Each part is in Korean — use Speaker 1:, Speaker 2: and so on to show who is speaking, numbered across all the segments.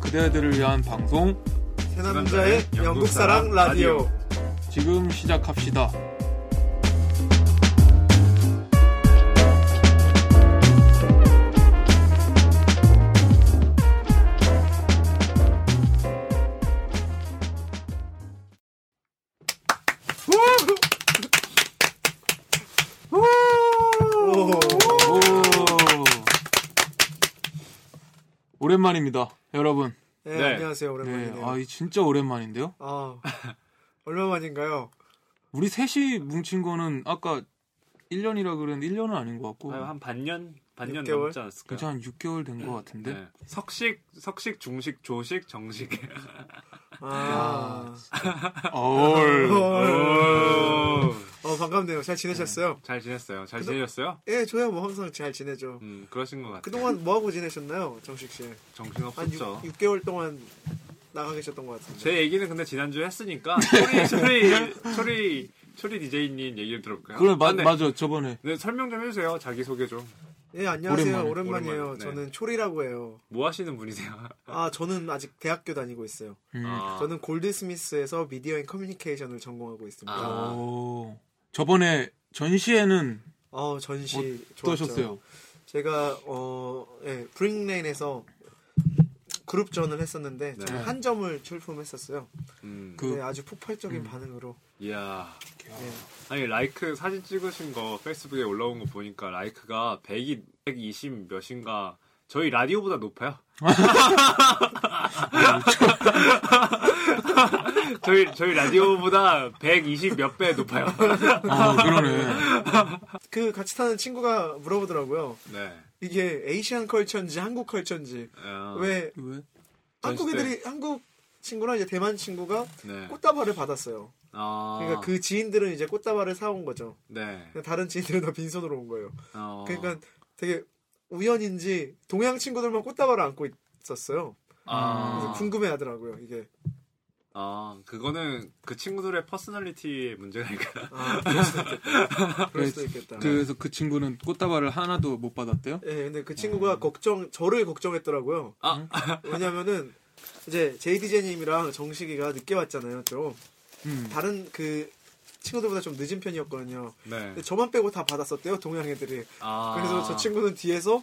Speaker 1: 그대들을 위한 방송
Speaker 2: 새 남자의 영국 사랑 라디오.
Speaker 1: 지금 시작합시다.
Speaker 2: 오.
Speaker 1: 오. 랜만입니다 여러분.
Speaker 2: 네,
Speaker 3: 네.
Speaker 2: 안녕하세요.
Speaker 1: 네,
Speaker 2: 오랜만이네요.
Speaker 1: 아, 이 진짜 오랜만인데요?
Speaker 2: 아, 얼마만인가요?
Speaker 1: 우리 셋이 뭉친 거는 아까 1년이라 그랬는데 1년은 아닌 것 같고,
Speaker 3: 한 반년 반년
Speaker 2: 6개월?
Speaker 3: 넘지 않았을까요?
Speaker 1: 그저 한 6개월 된 것 같은데?
Speaker 3: 네. 석식, 석식, 중식, 조식, 정식.
Speaker 2: 아,
Speaker 1: 어울.
Speaker 3: 오.
Speaker 2: 어 반갑네요. 잘 지내셨어요?
Speaker 3: 잘 지냈어요. 잘 지내셨어요?
Speaker 2: 예, 저야 뭐 항상 잘 지내죠.
Speaker 3: 음, 그러신 것 같아요.
Speaker 2: 그동안 뭐 하고 지내셨나요, 정식 씨?
Speaker 3: 정신
Speaker 2: 한
Speaker 3: 없었죠.
Speaker 2: 6, 개월 동안 나가 계셨던 것 같은데.
Speaker 3: 제 얘기는 근데 지난주에 했으니까 초리 초리 초리 초리 DJ님 얘기를 들어볼까요?
Speaker 1: 그래, 마,
Speaker 3: 아, 네.
Speaker 1: 맞아, 저번에.
Speaker 3: 네, 설명 좀 해주세요. 자기 소개 좀.
Speaker 2: 예, 안녕하세요.
Speaker 1: 오랜만에,
Speaker 2: 오랜만에, 요
Speaker 3: 오랜만에, 네.
Speaker 2: 저는 초리라고 해요.
Speaker 3: 뭐 하시는 분이세요?
Speaker 2: 아, 저는 아직 대학교 다니고 있어요.
Speaker 1: 음.
Speaker 3: 아,
Speaker 2: 저는 골드스미스에서 미디어 앤 커뮤니케이션을 전공하고 있습니다.
Speaker 3: 아.
Speaker 1: 오. 저번에 전시회는
Speaker 2: 어, 전시 좋았죠.
Speaker 1: 어떠셨어요?
Speaker 2: 제가 어, 예, 브링레인에서 그룹전을 했었는데
Speaker 3: 네.
Speaker 2: 저는 한 점을 출품했었어요.
Speaker 3: 음,
Speaker 1: 그-
Speaker 2: 네, 아주 폭발적인 반응으로.
Speaker 3: 이야.
Speaker 2: 예.
Speaker 3: 아니 라이크 사진 찍으신 거 페이스북에 올라온 거 보니까 라이크가 100이 120 몇인가 저희 라디오보다 높아요. 저희 저희 라디오보다 120 몇 배 높아요.
Speaker 1: 아, 그러네.
Speaker 2: 그 같이 타는 친구가 물어보더라고요.
Speaker 3: 네.
Speaker 2: 이게 에이시안 컬처인지 한국 컬처인지
Speaker 3: 어,
Speaker 2: 왜
Speaker 1: 왜?
Speaker 2: 한국인들이 한국 친구랑 이제 대만 친구가
Speaker 3: 네.
Speaker 2: 꽃다발을 받았어요.
Speaker 3: 아.
Speaker 2: 그러니까 그 지인들은 이제 꽃다발을 사온 거죠.
Speaker 3: 네.
Speaker 2: 근데 다른 지인들은 다 빈손으로 온 거예요.
Speaker 3: 어.
Speaker 2: 그러니까 되게 우연인지 동양 친구들만 꽃다발을 안고 있었어요. 그래서
Speaker 3: 아.
Speaker 2: 궁금해하더라고요. 이게
Speaker 3: 아, 그거는 그 친구들의 퍼스널리티의 문제니까.
Speaker 2: 아, 그럴 수도 있겠다. 그럴 수도 있겠다.
Speaker 1: 그래서 그 친구는 꽃다발을 하나도 못 받았대요?
Speaker 2: 예, 근데 그 친구가 걱정 저를 걱정했더라고요.
Speaker 3: 아.
Speaker 2: 왜냐면은 이제 JDJ님이랑 정식이가 늦게 왔잖아요. 좀
Speaker 1: 음.
Speaker 2: 다른 그 친구들보다 좀 늦은 편이었거든요.
Speaker 3: 네.
Speaker 2: 근데 저만 빼고 다 받았었대요. 동양 애들이.
Speaker 3: 아.
Speaker 2: 그래서 저 친구는 뒤에서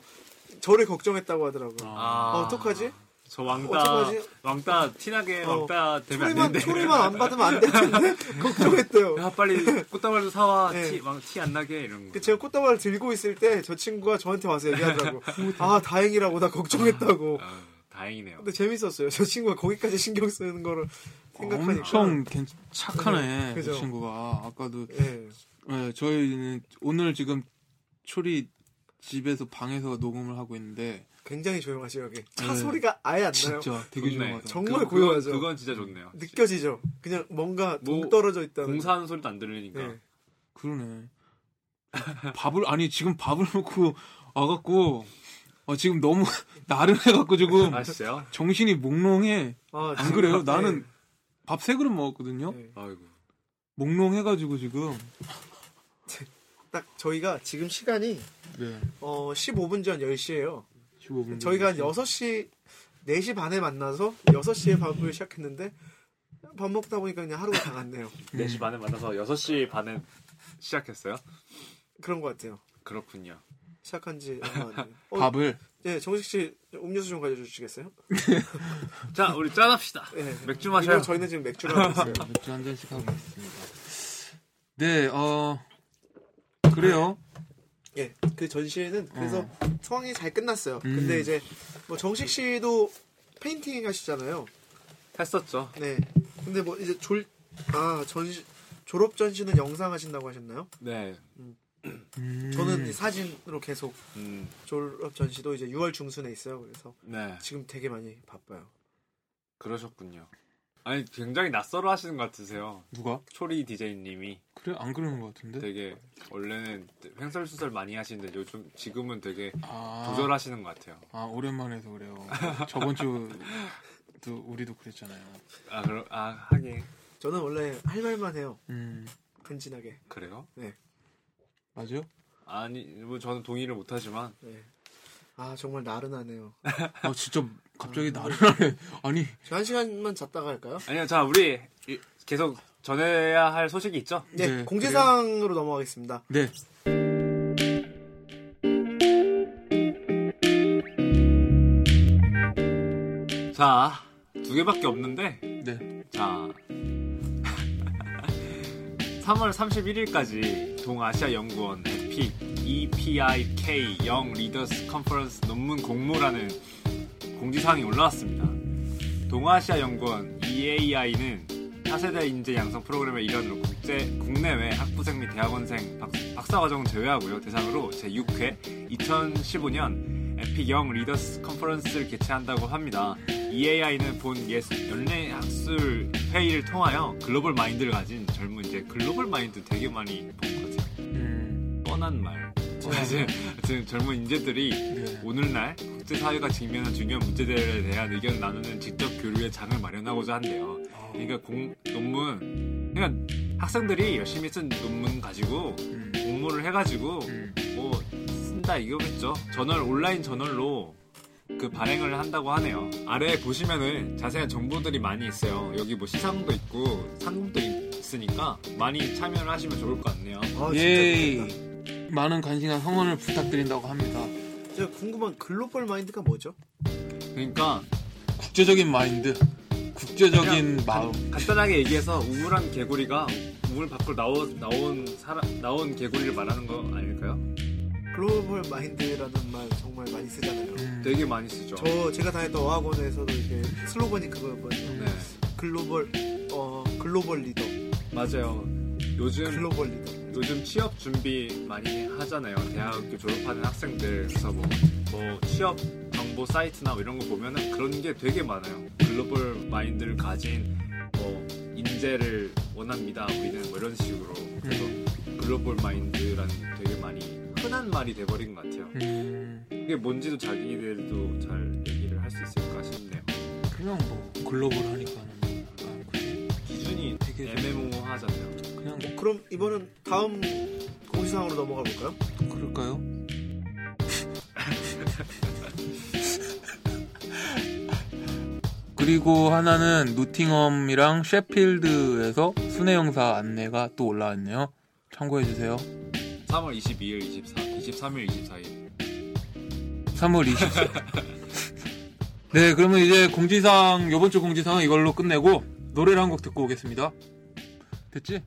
Speaker 2: 저를 걱정했다고 하더라고요.
Speaker 3: 아.
Speaker 2: 어, 어떡하지?
Speaker 3: 저 왕따
Speaker 2: 어떡하지?
Speaker 3: 왕따 티나게
Speaker 2: 어,
Speaker 3: 왕따 되면 안
Speaker 2: 초리만
Speaker 3: 되는데.
Speaker 2: 초리만 안 받으면 안 될 텐데 걱정했대요.
Speaker 3: 야 빨리 꽃다발도 사와
Speaker 2: 네.
Speaker 3: 티안 나게 이런 거.
Speaker 2: 그 제가 꽃다발을 들고 있을 때 저 친구가 저한테 와서 얘기하더라고. 아 다행이라고 나 걱정했다고.
Speaker 3: 아, 다행이네요.
Speaker 2: 근데 재밌었어요. 저 친구가 거기까지 신경 쓰는 거를 생각하니까.
Speaker 1: 엄청 괜- 착하네,
Speaker 2: 네, 그죠.
Speaker 1: 그 친구가. 아까도
Speaker 2: 예.
Speaker 1: 네, 저희는 오늘 지금 초리 집에서 방에서 녹음을 하고 있는데
Speaker 2: 굉장히 조용하시요 여기. 차
Speaker 1: 네.
Speaker 2: 소리가 아예 안 나요.
Speaker 1: 진짜 되게
Speaker 3: 좋네.
Speaker 1: 좋아하다.
Speaker 2: 정- 정말
Speaker 3: 그건-
Speaker 2: 고요하죠.
Speaker 3: 그건 진짜 좋네요.
Speaker 2: 느껴지죠. 그냥 뭔가
Speaker 3: 뭐,
Speaker 2: 동떨어져 있다는.
Speaker 3: 공사하는 소리도 안 들리니까.
Speaker 2: 예.
Speaker 1: 그러네. 밥을 아니 지금 밥을 먹고 와갖고 어, 지금 너무 나른해갖고 지금
Speaker 3: 아 진짜요?
Speaker 1: 정신이 몽롱해.
Speaker 2: 아,
Speaker 1: 안 그래요?
Speaker 2: 진짜.
Speaker 1: 나는 밥 세 그릇 먹었거든요.
Speaker 2: 예, 예.
Speaker 3: 아이고.
Speaker 1: 몽롱해가지고 지금.
Speaker 2: 딱 저희가 지금 시간이
Speaker 1: 네.
Speaker 2: 어 15분 전 10시예요.
Speaker 1: 15분.
Speaker 2: 저희가 한 6시 4시 반에 만나서 6시에 밥을 시작했는데 밥 먹다 보니까 그냥 하루가 다 갔네요.
Speaker 3: 4시 반에 만나서 6시 반에 시작했어요?
Speaker 2: 그런 것 같아요.
Speaker 3: 그렇군요.
Speaker 2: 시작한 지 얼마 안 돼요. 어,
Speaker 1: 밥을
Speaker 2: 예, 정식 씨 음료수 좀 가져주시겠어요?
Speaker 3: 자, 우리 짠합시다.
Speaker 2: 예.
Speaker 3: 맥주
Speaker 2: 이거
Speaker 3: 마셔요.
Speaker 2: 저희는 지금 맥주를 하고 있어요.
Speaker 1: 네, 맥주 한 잔씩 하고 있습니다. 네, 어 그래요.
Speaker 2: 예, 그 전시회는 그래서 상황이 잘 끝났어요.
Speaker 1: 네. 음.
Speaker 2: 근데 이제 뭐 정식 씨도 페인팅 하시잖아요.
Speaker 3: 했었죠.
Speaker 2: 네. 근데 뭐 이제 졸, 아, 전시, 졸업 전시는 영상 하신다고 하셨나요?
Speaker 3: 네.
Speaker 1: 음.
Speaker 2: 저는 이제 사진으로 계속
Speaker 3: 음,
Speaker 2: 졸업 전시도 이제 6월 중순에 있어요. 그래서
Speaker 3: 네.
Speaker 2: 지금 되게 많이 바빠요.
Speaker 3: 그러셨군요. 아니, 굉장히 낯설어 하시는 것 같으세요.
Speaker 1: 누가
Speaker 3: 초리 DJ님이
Speaker 1: 그래 안 그러는 것 같은데.
Speaker 3: 되게 원래는 횡설수설 많이 하시는데 요즘 지금은 되게
Speaker 1: 아,
Speaker 3: 조절하시는 것 같아요.
Speaker 1: 아 오랜만에 해서 그래요. 저번 주도 우리도 그랬잖아요.
Speaker 3: 아, 그럼 아, 하긴
Speaker 2: 저는 원래 할 말만 해요.
Speaker 1: 음
Speaker 2: 간지나게.
Speaker 3: 그래요?
Speaker 1: 맞아요?
Speaker 3: 아니, 뭐 저는 동의를 못하지만
Speaker 2: 네. 아 정말 나른하네요.
Speaker 1: 아 진짜 갑자기 나른하네. 아니
Speaker 2: 저 한 시간만 잤다가 할까요?
Speaker 3: 아니요, 자 우리 이- 계속 전해야 할 소식이 있죠.
Speaker 2: 네,
Speaker 1: 네,
Speaker 2: 공지사항으로 넘어가겠습니다.
Speaker 1: 네.
Speaker 3: 자 두 개밖에 없는데
Speaker 1: 네.
Speaker 3: 자 3월 31일까지 동아시아연구원 E 에픽 EPIK 영 리더스 컨퍼런스 논문 공모라는 공지사항이 올라왔습니다. 동아시아연구원 EAI는 차세대 인재 양성 프로그램의 일환으로 국제 국내외 학부생 및 대학원생 박, 사과정을 제외하고요 대상으로 제 6회 2015년 에픽 영 리더스 컨퍼런스를 개최한다고 합니다. EAI는 본 예술 연례 학술 회의를 통하여 글로벌 마인드를 가진 젊은 이제 글로벌 마인드 되게 많이 본 거지
Speaker 1: 음,
Speaker 3: 뻔한 말. 이제 지금 젊은 인재들이
Speaker 1: 네.
Speaker 3: 오늘날 국제사회가 직면한 중요한 문제들에 대한 의견을 나누는 직접 교류의 장을 마련하고자 한대요.
Speaker 1: 아,
Speaker 3: 그러니까 공, 논문, 그러니까 학생들이 열심히 쓴 논문 가지고
Speaker 1: 음,
Speaker 3: 공모를 해가지고
Speaker 1: 음.
Speaker 3: 뭐 쓴다 이거겠죠. 저널 온라인 저널로 그 발행을 한다고 하네요. 아래에 보시면은 자세한 정보들이 많이 있어요. 여기 뭐 시상도 있고 상금도 있으니까 많이 참여를 하시면 좋을 것 같네요.
Speaker 2: 아,
Speaker 1: 예이.
Speaker 2: 진짜
Speaker 1: 많은 관심과 성원을 부탁드린다고 합니다.
Speaker 2: 좋겠다. 제가 궁금한 글로벌 마인드가 뭐죠?
Speaker 3: 그러니까
Speaker 1: 국제적인 마인드, 국제적인
Speaker 3: 그냥
Speaker 1: 마음.
Speaker 3: 간- 간단하게 얘기해서 우물한 개구리가 우물 밖으로 나오, 나온 사람 나온 개구리를 말하는 거 아닐까요?
Speaker 2: 글로벌 마인드라는 말 정말 많이 쓰잖아요.
Speaker 1: 음,
Speaker 3: 되게 많이 쓰죠.
Speaker 2: 저 제가 다녔던 어학원에서도 이게 슬로건이 그거였거든요.
Speaker 3: 네
Speaker 2: 글로벌 어 글로벌 리더,
Speaker 3: 맞아요. 요즘
Speaker 2: 글로벌 리더.
Speaker 3: 요즘 취업 준비 많이 하잖아요. 대학교 졸업하는 학생들. 그래서 뭐, 뭐 취업 정보 사이트나 뭐 이런 거 보면은 그런 게 되게 많아요. 글로벌 마인드를 가진 뭐 인재를 원합니다. 우리는 뭐 이런 식으로. 그래서
Speaker 1: 음.
Speaker 3: 글로벌 마인드라는 게 되게 많이 흔한 말이 돼버린 것 같아요.
Speaker 1: 음,
Speaker 3: 그게 뭔지도 자기들도 잘 얘기를 할 수 있을까 싶네요.
Speaker 1: 그냥 뭐 글로벌 하니까는 뭐 약간 그게
Speaker 3: 기준이
Speaker 1: 되게 좀
Speaker 3: 애매모호하잖아요.
Speaker 1: 그냥 뭐
Speaker 2: 그럼 이번은 다음 공지사항으로 넘어가 볼까요?
Speaker 1: 뭐 그럴까요? 그리고 하나는 노팅엄이랑 셰필드에서 순회영사 안내가 또 올라왔네요. 참고해주세요.
Speaker 3: 3월 22일, 24, 23일, 24일.
Speaker 1: 3월 20일. 네, 그러면 이제 공지사항, 요번 주 공지사항은 이걸로 끝내고 노래를 한 곡 듣고 오겠습니다. 됐지?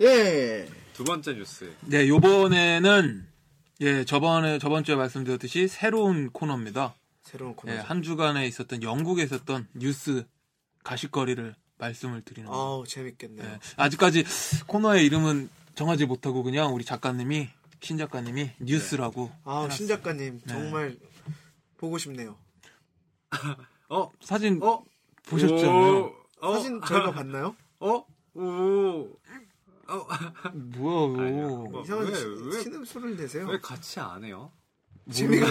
Speaker 2: 예.
Speaker 3: 두 번째 뉴스.
Speaker 1: 네, 요번에는 예, 저번에 저번 주에 말씀드렸듯이 새로운 코너입니다.
Speaker 2: 새로운
Speaker 1: 예,
Speaker 2: 코너.
Speaker 1: 한 주간에 있었던 영국에 있었던 뉴스 가십거리를 말씀을 드리는 거.
Speaker 2: 아우 재밌겠네요.
Speaker 1: 예, 아직까지 코너의 이름은 정하지 못하고 그냥 우리 작가님이 신 작가님이 뉴스라고
Speaker 2: 아,
Speaker 1: 해놨어요.
Speaker 2: 신 작가님 정말 보고 싶네요.
Speaker 3: 어?
Speaker 1: 사진
Speaker 3: 어?
Speaker 1: 보셨죠?
Speaker 3: 오, 어?
Speaker 2: 사진 저희가 봤나요?
Speaker 3: 어? 오. 어?
Speaker 1: 뭐야?
Speaker 3: 아니야,
Speaker 1: 이거.
Speaker 3: 뭐.
Speaker 2: 이상한
Speaker 3: 왜,
Speaker 2: 시-
Speaker 3: 왜?
Speaker 2: 신음소리를 내세요.
Speaker 3: 왜 같이 안 해요?
Speaker 2: 재미가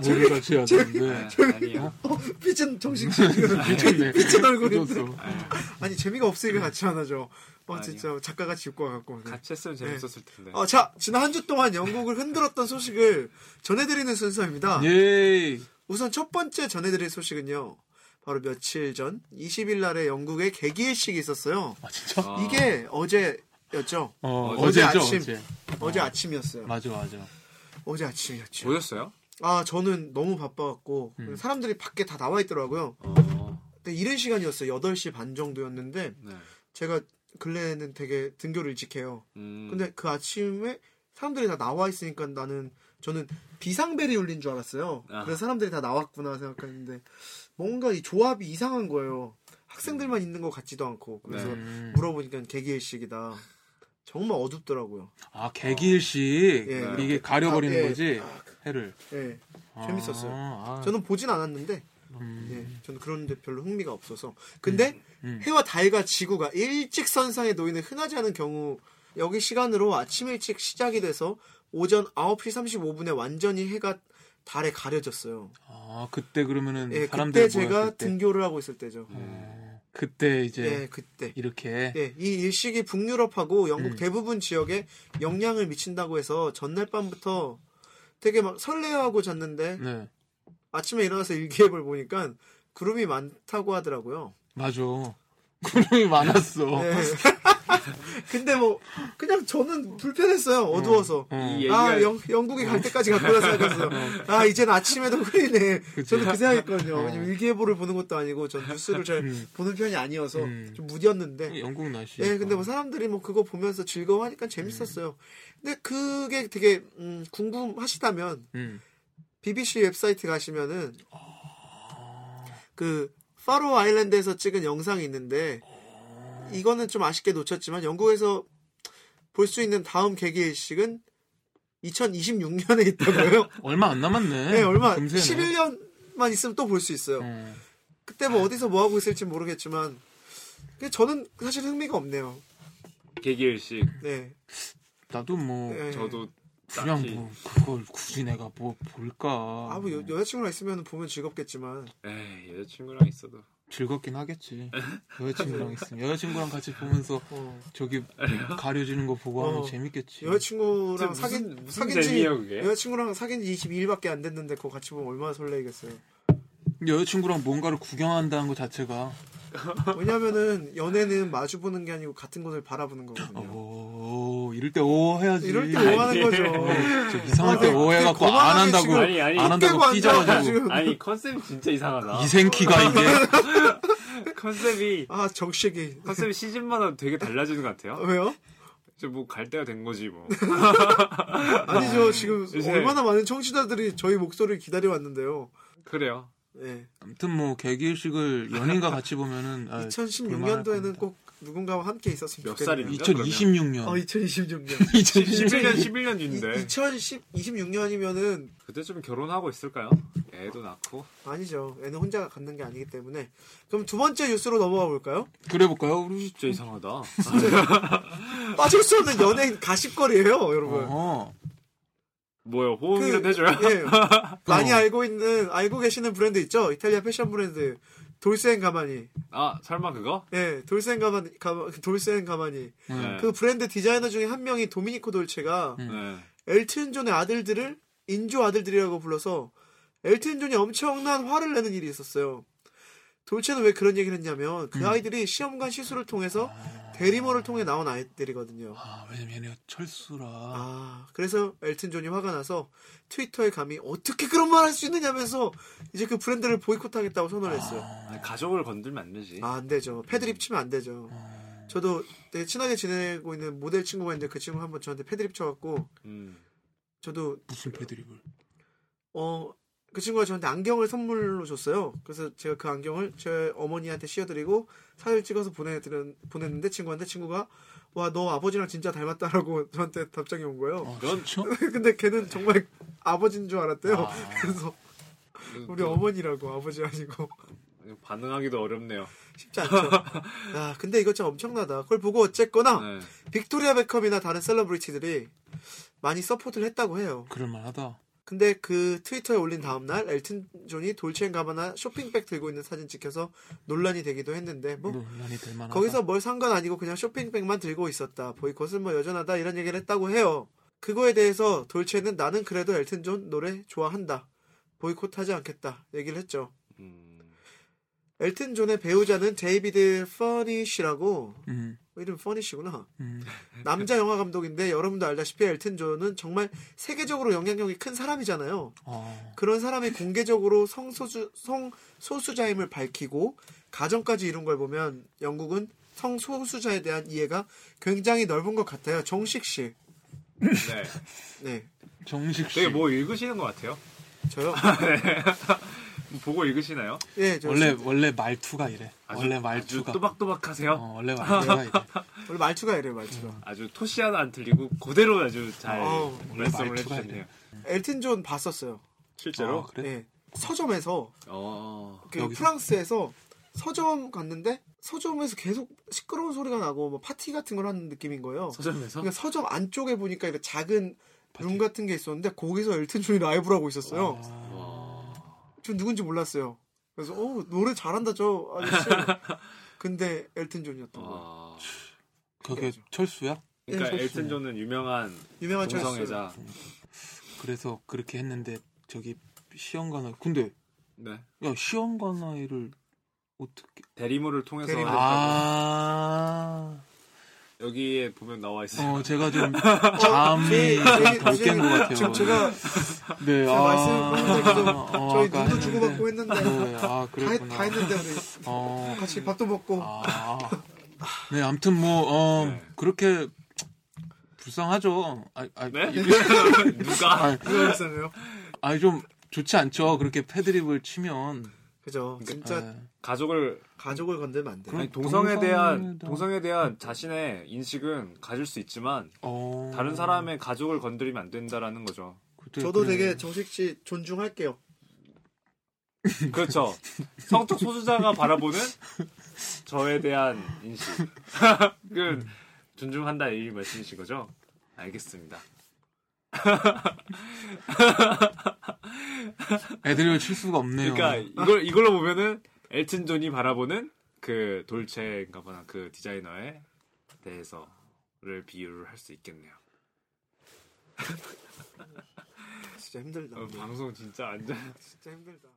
Speaker 1: 머리가 지야 되는데.
Speaker 3: 네,
Speaker 2: 뭐.
Speaker 3: 아니에요.
Speaker 2: 어, 삐진 정신 차리는
Speaker 1: 미쳤네.
Speaker 2: 삐진 얼굴인데.
Speaker 1: 미쳤어.
Speaker 3: 아니,
Speaker 2: 아니 재미가 없으니까 같이 안 하죠. 아
Speaker 3: 아니요.
Speaker 2: 진짜 작가가 지울 것 같고. 오늘.
Speaker 3: 같이 했으면 재밌었을 텐데.
Speaker 2: 어, 자 지난 한 주 동안 영국을 흔들었던 소식을 전해드리는 순서입니다.
Speaker 1: 예.
Speaker 2: 우선 첫 번째 전해드릴 소식은요. 바로 며칠 전 20일 날에 영국에 개기일식이 있었어요.
Speaker 1: 아 진짜?
Speaker 3: 아,
Speaker 2: 이게 어제였죠.
Speaker 1: 어,
Speaker 2: 어제
Speaker 1: 어제죠.
Speaker 2: 아침.
Speaker 1: 어제.
Speaker 2: 어제 아침이었어요.
Speaker 1: 맞아 맞아.
Speaker 2: 어제 아침이었죠.
Speaker 3: 보셨어요?
Speaker 2: 아 저는 너무 바빠갖고
Speaker 1: 음.
Speaker 2: 사람들이 밖에 다 나와 있더라고요.
Speaker 3: 어.
Speaker 2: 근데 이른 시간이었어요. 8시 반 정도였는데
Speaker 3: 네.
Speaker 2: 제가 근래에는 되게 등교를 일찍 해요.
Speaker 3: 음.
Speaker 2: 근데 그 아침에 사람들이 다 나와 있으니까 나는 저는 비상벨이 울린 줄 알았어요.
Speaker 3: 아.
Speaker 2: 그래서 사람들이 다 나왔구나 생각했는데 뭔가 이 조합이 이상한 거예요. 학생들만 있는 것 같지도 않고 그래서
Speaker 3: 음. 네.
Speaker 1: 음.
Speaker 2: 물어보니까 개기일식이다. 정말 어둡더라고요.
Speaker 1: 아 개기일식
Speaker 2: 예,
Speaker 1: 이게
Speaker 2: 이렇게.
Speaker 1: 가려버리는
Speaker 2: 아, 예.
Speaker 1: 거지 해를.
Speaker 2: 예, 재밌었어요.
Speaker 1: 아, 아.
Speaker 2: 저는 보진 않았는데
Speaker 1: 음.
Speaker 2: 예, 저는 그런데 별로 흥미가 없어서. 근데
Speaker 1: 음.
Speaker 2: 해와 달과 지구가 일직선상에 놓이는 흔하지 않은 경우 여기 시간으로 아침 일찍 시작이 돼서 오전 9시 35분에 완전히 해가 달에 가려졌어요.
Speaker 1: 아 그때 그러면은
Speaker 2: 예,
Speaker 1: 사람들
Speaker 2: 그때 제가
Speaker 1: 모였을 때 어,
Speaker 2: 등교를 하고 있을 때죠.
Speaker 3: 네.
Speaker 1: 그때 이제
Speaker 2: 예, 그때.
Speaker 1: 이렇게
Speaker 2: 예, 이 일식이 북유럽하고 영국
Speaker 1: 음.
Speaker 2: 대부분 지역에 영향을 미친다고 해서 전날 밤부터 되게 막 설레어하고 잤는데
Speaker 1: 네
Speaker 2: 아침에 일어나서 일기예보를 보니까 구름이 많다고 하더라고요.
Speaker 1: 맞아 구름이 많았어.
Speaker 2: 네. 근데 뭐 그냥 저는 불편했어요. 어두워서.
Speaker 1: 어.
Speaker 3: 이
Speaker 2: 아
Speaker 3: 얘기가-
Speaker 2: 영, 영국에 갈 때까지 갔구나 생각했어요. 아 이젠 아침에도 흐리네.
Speaker 1: 그치.
Speaker 2: 저는 그 생각했거든요.
Speaker 1: 어.
Speaker 2: 왜냐면 일기예보를 보는 것도 아니고 전 뉴스를 잘
Speaker 1: 음.
Speaker 2: 보는 편이 아니어서
Speaker 1: 음. 어.
Speaker 2: 좀 무디었는데.
Speaker 1: 영국 날씨.
Speaker 2: 예, 근데 뭐 사람들이 뭐 그거 보면서 즐거워하니까 재밌었어요.
Speaker 1: 음.
Speaker 2: 근데 그게 되게 음, 궁금하시다면
Speaker 1: 음.
Speaker 2: BBC 웹사이트 가시면은 그 파로 아일랜드에서 찍은 영상이 있는데 이거는 좀 아쉽게 놓쳤지만 영국에서 볼 수 있는 다음 개기일식은 2026년에 있다고요.
Speaker 1: 얼마 안 남았네.
Speaker 2: 네, 얼마
Speaker 1: 금세네.
Speaker 2: 11년만 있으면 또 볼 수 있어요.
Speaker 1: 어.
Speaker 2: 그때 뭐 어디서 뭐 하고 있을지 모르겠지만 근데 저는 사실 흥미가 없네요.
Speaker 3: 개기일식
Speaker 2: 네.
Speaker 1: 나도 뭐
Speaker 2: 네.
Speaker 3: 저도
Speaker 1: 그냥
Speaker 3: 딱히-
Speaker 1: 뭐 그걸 굳이 내가 뭐 볼까.
Speaker 2: 아, 뭐 여, 여자친구랑 있으면 보면 즐겁겠지만
Speaker 3: 에이 여자친구랑 있어도
Speaker 1: 즐겁긴 하겠지. 여자친구랑 있으면 여자친구랑 같이 보면서
Speaker 2: 어,
Speaker 1: 저기 가려지는 거 보고 하면
Speaker 2: 어.
Speaker 1: 재밌겠지.
Speaker 2: 여자친구랑
Speaker 3: 무슨-
Speaker 2: 사귄
Speaker 3: 무슨
Speaker 2: 사귄 지
Speaker 3: 재미예요 그게?
Speaker 2: 여자친구랑 사귄 지 22일밖에 안 됐는데 그거 같이 보면 얼마나 설레겠어요.
Speaker 1: 여자친구랑 뭔가를 구경한다는 것 자체가
Speaker 2: 왜냐면은 연애는 마주 보는 게 아니고 같은 곳을 바라보는 거거든요.
Speaker 1: 어, 오 이럴 때 오 해야지.
Speaker 2: 어.
Speaker 1: 어,
Speaker 2: 이럴 때뭐 오하는 거죠.
Speaker 1: 저 이상할
Speaker 2: 아,
Speaker 1: 때
Speaker 2: 되게-
Speaker 1: 오해갖고
Speaker 2: 되게
Speaker 1: 안
Speaker 2: 거만하게
Speaker 1: 한다고
Speaker 2: 지금
Speaker 3: 아니, 아니,
Speaker 1: 안 한다고
Speaker 2: 웃기고 앉아가지고
Speaker 1: 삐져가지고
Speaker 2: 지금.
Speaker 3: 아니 컨셉이 진짜 이상하다
Speaker 1: 이생키가
Speaker 2: 어.
Speaker 1: 이제
Speaker 3: 컨셉이
Speaker 2: 아 정식이
Speaker 3: 컨셉이 시즌마다 되게 달라지는 것
Speaker 2: 아,
Speaker 3: 같아요
Speaker 2: 왜요?
Speaker 3: 이제 뭐갈 때가 된 거지 뭐
Speaker 2: 아니죠. 지금
Speaker 3: 요새-
Speaker 2: 얼마나 많은 청취자들이 저희 목소리를 기다려 왔는데요.
Speaker 3: 그래요
Speaker 2: 예.
Speaker 1: 아무튼 뭐 개기일식을 연인과 같이 보면은 아, 볼만할
Speaker 2: 2016년도에는
Speaker 1: 겁니다.
Speaker 2: 꼭 누군가와 함께 있었으면
Speaker 3: 몇
Speaker 2: 좋겠네요.
Speaker 3: 살인가?
Speaker 1: 2026년.
Speaker 2: 어, 2026년.
Speaker 3: 11년
Speaker 1: 2016년
Speaker 3: 11년 뒤인데
Speaker 2: 2026년이면은
Speaker 3: 그때쯤 결혼하고 있을까요? 애도 낳고
Speaker 2: 아니죠. 애는 혼자 갖는 게 아니기 때문에. 그럼 두 번째 뉴스로 넘어가 볼까요?
Speaker 1: 그래 볼까요? 우리
Speaker 2: 음.
Speaker 3: 진짜 이상하다
Speaker 2: 빠질 수 없는 연예인 가십거리예요, 여러분.
Speaker 1: 어.
Speaker 3: 뭐요 호응이라도 해줘요? 어.
Speaker 2: 예. 많이 알고 있는 알고 계시는 브랜드 있죠? 이탈리아 패션 브랜드 돌센 가마니.
Speaker 3: 아 설마 그거?
Speaker 2: 예, 돌센 가마니 가마, 돌센 가마니.
Speaker 3: 예.
Speaker 1: 네.
Speaker 2: 그 브랜드 디자이너 중에 한 명이 도미니코 돌체가
Speaker 1: 음.
Speaker 3: 네.
Speaker 2: 엘튼 존의 아들들을 인조 아들들이라고 불러서 엘튼 존이 엄청난 화를 내는 일이 있었어요. 돌체는 왜 그런 얘기를 했냐면 그
Speaker 1: 음.
Speaker 2: 아이들이 시험관 시술을 통해서
Speaker 3: 아.
Speaker 2: 대리모를 통해 나온 아이들이거든요.
Speaker 1: 아, 왜냐면 얘네가 철수라.
Speaker 2: 아, 그래서 엘튼 존이 화가 나서 트위터에 감히 어떻게 그런 말 할 수 있느냐면서 이제 그 브랜드를 보이콧하겠다고 선언을 했어요.
Speaker 3: 아니, 예. 가족을 건들면 안 되지
Speaker 2: 아, 안 되죠. 패드립 치면 안 되죠.
Speaker 1: 아. 어,
Speaker 2: 저도 되게 친하게 지내고 있는 모델 친구가 있는데 그 친구 가 한번 저한테 패드립 쳐갖고
Speaker 3: 음.
Speaker 2: 저도
Speaker 1: 무슨 패드립을.
Speaker 2: 어, 그 친구가 저한테 안경을 선물로 줬어요. 그래서 제가 그 안경을 제 어머니한테 씌워드리고 사진 찍어서 보내드렸, 보냈는데 친구한테 친구가 와, 너 아버지랑 진짜 닮았다라고 저한테 답장이 온 거예요.
Speaker 1: 아, 그렇죠?
Speaker 2: 근데 걔는 정말 아버지인 줄 알았대요.
Speaker 1: 아.
Speaker 2: 그래서 우리
Speaker 3: 또
Speaker 2: 어머니라고 아버지 아니고
Speaker 3: 네. 반응하기도 어렵네요
Speaker 2: 쉽지 않죠. 아 근데 이것 참 엄청나다. 그걸 보고 어쨌거나
Speaker 3: 네.
Speaker 2: 빅토리아 베컴이나 다른 셀러브리티들이 많이 서포트를 했다고 해요. 어?
Speaker 1: 그럴만하다.
Speaker 2: 근데 그 트위터에 올린 다음날 엘튼 존이 돌체앤가바나 쇼핑백 들고 있는 사진 찍혀서 논란이 되기도 했는데 뭐
Speaker 1: 논란이 될 만하다.
Speaker 2: 거기서 뭘 산 건 아니고 그냥 쇼핑백만 들고 있었다. 보이콧은 뭐 여전하다. 이런 얘기를 했다고 해요. 그거에 대해서 돌체는 나는 그래도 엘튼 존 노래 좋아한다. 보이콧하지 않겠다. 얘기를 했죠.
Speaker 3: 음.
Speaker 2: 엘튼 존의 배우자는 데이비드 퍼니쉬라고
Speaker 1: 음,
Speaker 2: 어, 이름 퍼니쉬구나
Speaker 1: 음.
Speaker 2: 남자 영화 감독인데 여러분도 알다시피 엘튼 존은 정말 세계적으로 영향력이 큰 사람이잖아요.
Speaker 1: 어.
Speaker 2: 그런 사람이 공개적으로 성소수 성소수자임을 밝히고 가정까지 이룬 걸 보면 영국은 성소수자에 대한 이해가 굉장히 넓은 것 같아요. 정식 씨,
Speaker 3: 네.
Speaker 2: 네,
Speaker 1: 정식 씨.
Speaker 3: 되게 뭐 읽으시는 것 같아요. 뭐
Speaker 2: 저요?
Speaker 3: 보고 읽으시나요?
Speaker 2: 예, 저
Speaker 1: 원래
Speaker 2: 원래
Speaker 1: 원래 말투가 이래.
Speaker 3: 아주-
Speaker 1: 원래
Speaker 3: 아주
Speaker 1: 말투가.
Speaker 3: 또박또박하세요.
Speaker 1: 어, 원래 말투가 이래.
Speaker 2: 원래 말투가 이래요, 말투가.
Speaker 3: 아주 토시 하나 안 틀리고 그대로 아주 잘
Speaker 2: 어우,
Speaker 3: 말씀을
Speaker 1: 말투가
Speaker 3: 해주셨네요.
Speaker 1: 이래요.
Speaker 2: 엘튼 존 봤었어요.
Speaker 3: 실제로.
Speaker 1: 아, 그래?
Speaker 2: 예. 서점에서
Speaker 3: 어.
Speaker 2: 그
Speaker 1: 여기서?
Speaker 2: 프랑스에서 서점 갔는데 서점에서 계속 시끄러운 소리가 나고 뭐 파티 같은 걸 하는 느낌인 거예요.
Speaker 1: 서점에서
Speaker 2: 그러니까 서점 안쪽에 보니까 이렇게 작은
Speaker 1: 파티.
Speaker 2: 룸 같은 게 있었는데 거기서 엘튼 존이 라이브를 하고 있었어요.
Speaker 1: 아,
Speaker 3: 와.
Speaker 2: 전 누군지 몰랐어요. 그래서 어 노래 잘한다 저 아저씨. 근데 엘튼 존이었던
Speaker 1: 아,
Speaker 2: 거예요.
Speaker 3: 와.
Speaker 1: 그게
Speaker 2: 네.
Speaker 1: 철수야?
Speaker 3: 그러니까
Speaker 2: 예,
Speaker 3: 엘튼 존은 유명한
Speaker 2: 유명한 철수.
Speaker 3: 동성애자.
Speaker 1: 그래서 그렇게 했는데 저기 시험관 아이 근데
Speaker 3: 네.
Speaker 1: 야 시험관 아이를 어떻게
Speaker 3: 대리모를 통해서
Speaker 2: 대리모.
Speaker 1: 아.
Speaker 3: 여기에 보면 나와 있어요.
Speaker 1: 어, 제가 좀 잠이 덜깬것 같아요.
Speaker 2: 지금 제가
Speaker 1: 네,
Speaker 2: 제가 말씀을 끊는데
Speaker 1: 어, 아까
Speaker 2: 저희 눈도
Speaker 1: 했는데.
Speaker 2: 주고받고 했는데 다,
Speaker 1: 네, 아,
Speaker 2: 했-
Speaker 1: 그랬구나.
Speaker 2: 다 했는데 우리
Speaker 1: 어,
Speaker 2: 같이 밥도 먹고
Speaker 1: 아. 네, 아무튼 뭐, 어,
Speaker 3: 네.
Speaker 1: 그렇게 불쌍하죠. 아, 아,
Speaker 3: 네?
Speaker 1: 이-
Speaker 3: 누가?
Speaker 1: 아,
Speaker 2: 그러셨어요.
Speaker 1: 아니, 좀 좋지 않죠. 그렇게 패드립을 치면.
Speaker 2: 그죠. 진짜
Speaker 1: 네.
Speaker 3: 가족을
Speaker 2: 가족을 건들면 안 돼.
Speaker 1: 그럼-
Speaker 3: 아니, 동성에 대한
Speaker 1: 동성애다.
Speaker 3: 동성에 대한 자신의 인식은 가질 수 있지만
Speaker 1: 어,
Speaker 3: 다른 사람의 가족을 건드리면 안 된다라는 거죠.
Speaker 1: 그때
Speaker 2: 저도
Speaker 1: 그래.
Speaker 2: 되게 정식 씨 존중할게요.
Speaker 3: 그렇죠. 성적 소수자가 바라보는 저에 대한 인식. 그
Speaker 1: 음.
Speaker 3: 존중한다 이 말씀이신 거죠? 알겠습니다.
Speaker 1: 애드립을 칠 수가 없네요. 어.
Speaker 3: 그러니까 이걸 이걸로 보면은 엘튼 존이 바라보는 그 돌체인가 보나 그 디자이너에 대해서를 비유를 할 수 있겠네요.
Speaker 2: 진짜 힘들다.
Speaker 1: 아, 네.
Speaker 2: 아,
Speaker 3: 어, 방송 진짜 안 돼.
Speaker 2: 진짜 힘들다.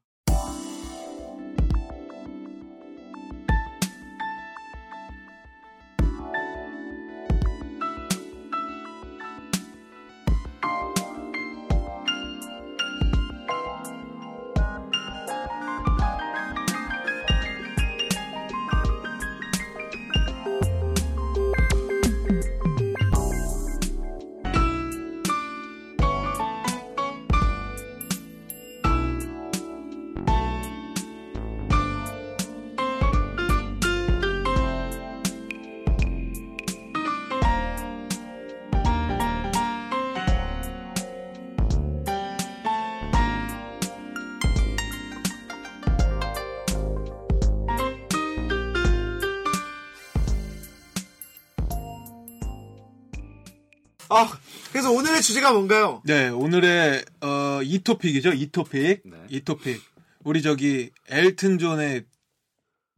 Speaker 2: 아 그래서 오늘의 주제가 뭔가요?
Speaker 1: 네, 오늘의 어, 이토픽이죠. 이토픽.
Speaker 3: 네.
Speaker 1: 이토픽. 우리 저기 엘튼 존의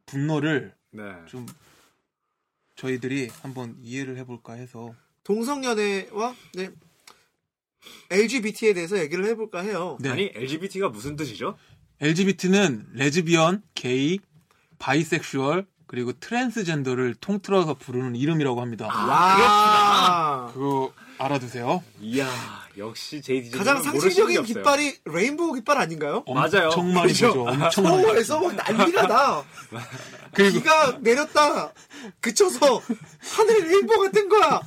Speaker 1: 분노를
Speaker 3: 네.
Speaker 1: 좀 저희들이 한번 이해를 해볼까 해서
Speaker 2: 동성연애와 네, LGBT에 대해서 얘기를 해볼까 해요.
Speaker 1: 네.
Speaker 3: 아니 LGBT가 무슨 뜻이죠?
Speaker 1: LGBT는 레즈비언, 게이, 바이섹슈얼 그리고 트랜스젠더를 통틀어서 부르는 이름이라고 합니다.
Speaker 2: 와
Speaker 1: 아, 그거 알아두세요.
Speaker 3: 이야 역시 JD
Speaker 2: 가장 상징적인 깃발이 레인보우 깃발 아닌가요?
Speaker 3: 맞아요.
Speaker 1: 엄청 많이
Speaker 2: 그죠?
Speaker 1: 보죠. 엄청 많이. 보죠.
Speaker 2: 서울에서 막 난리가 나.
Speaker 1: 어, 그리고
Speaker 2: 비가 내렸다. 그쳐서 하늘에 레인보우가 뜬 거야.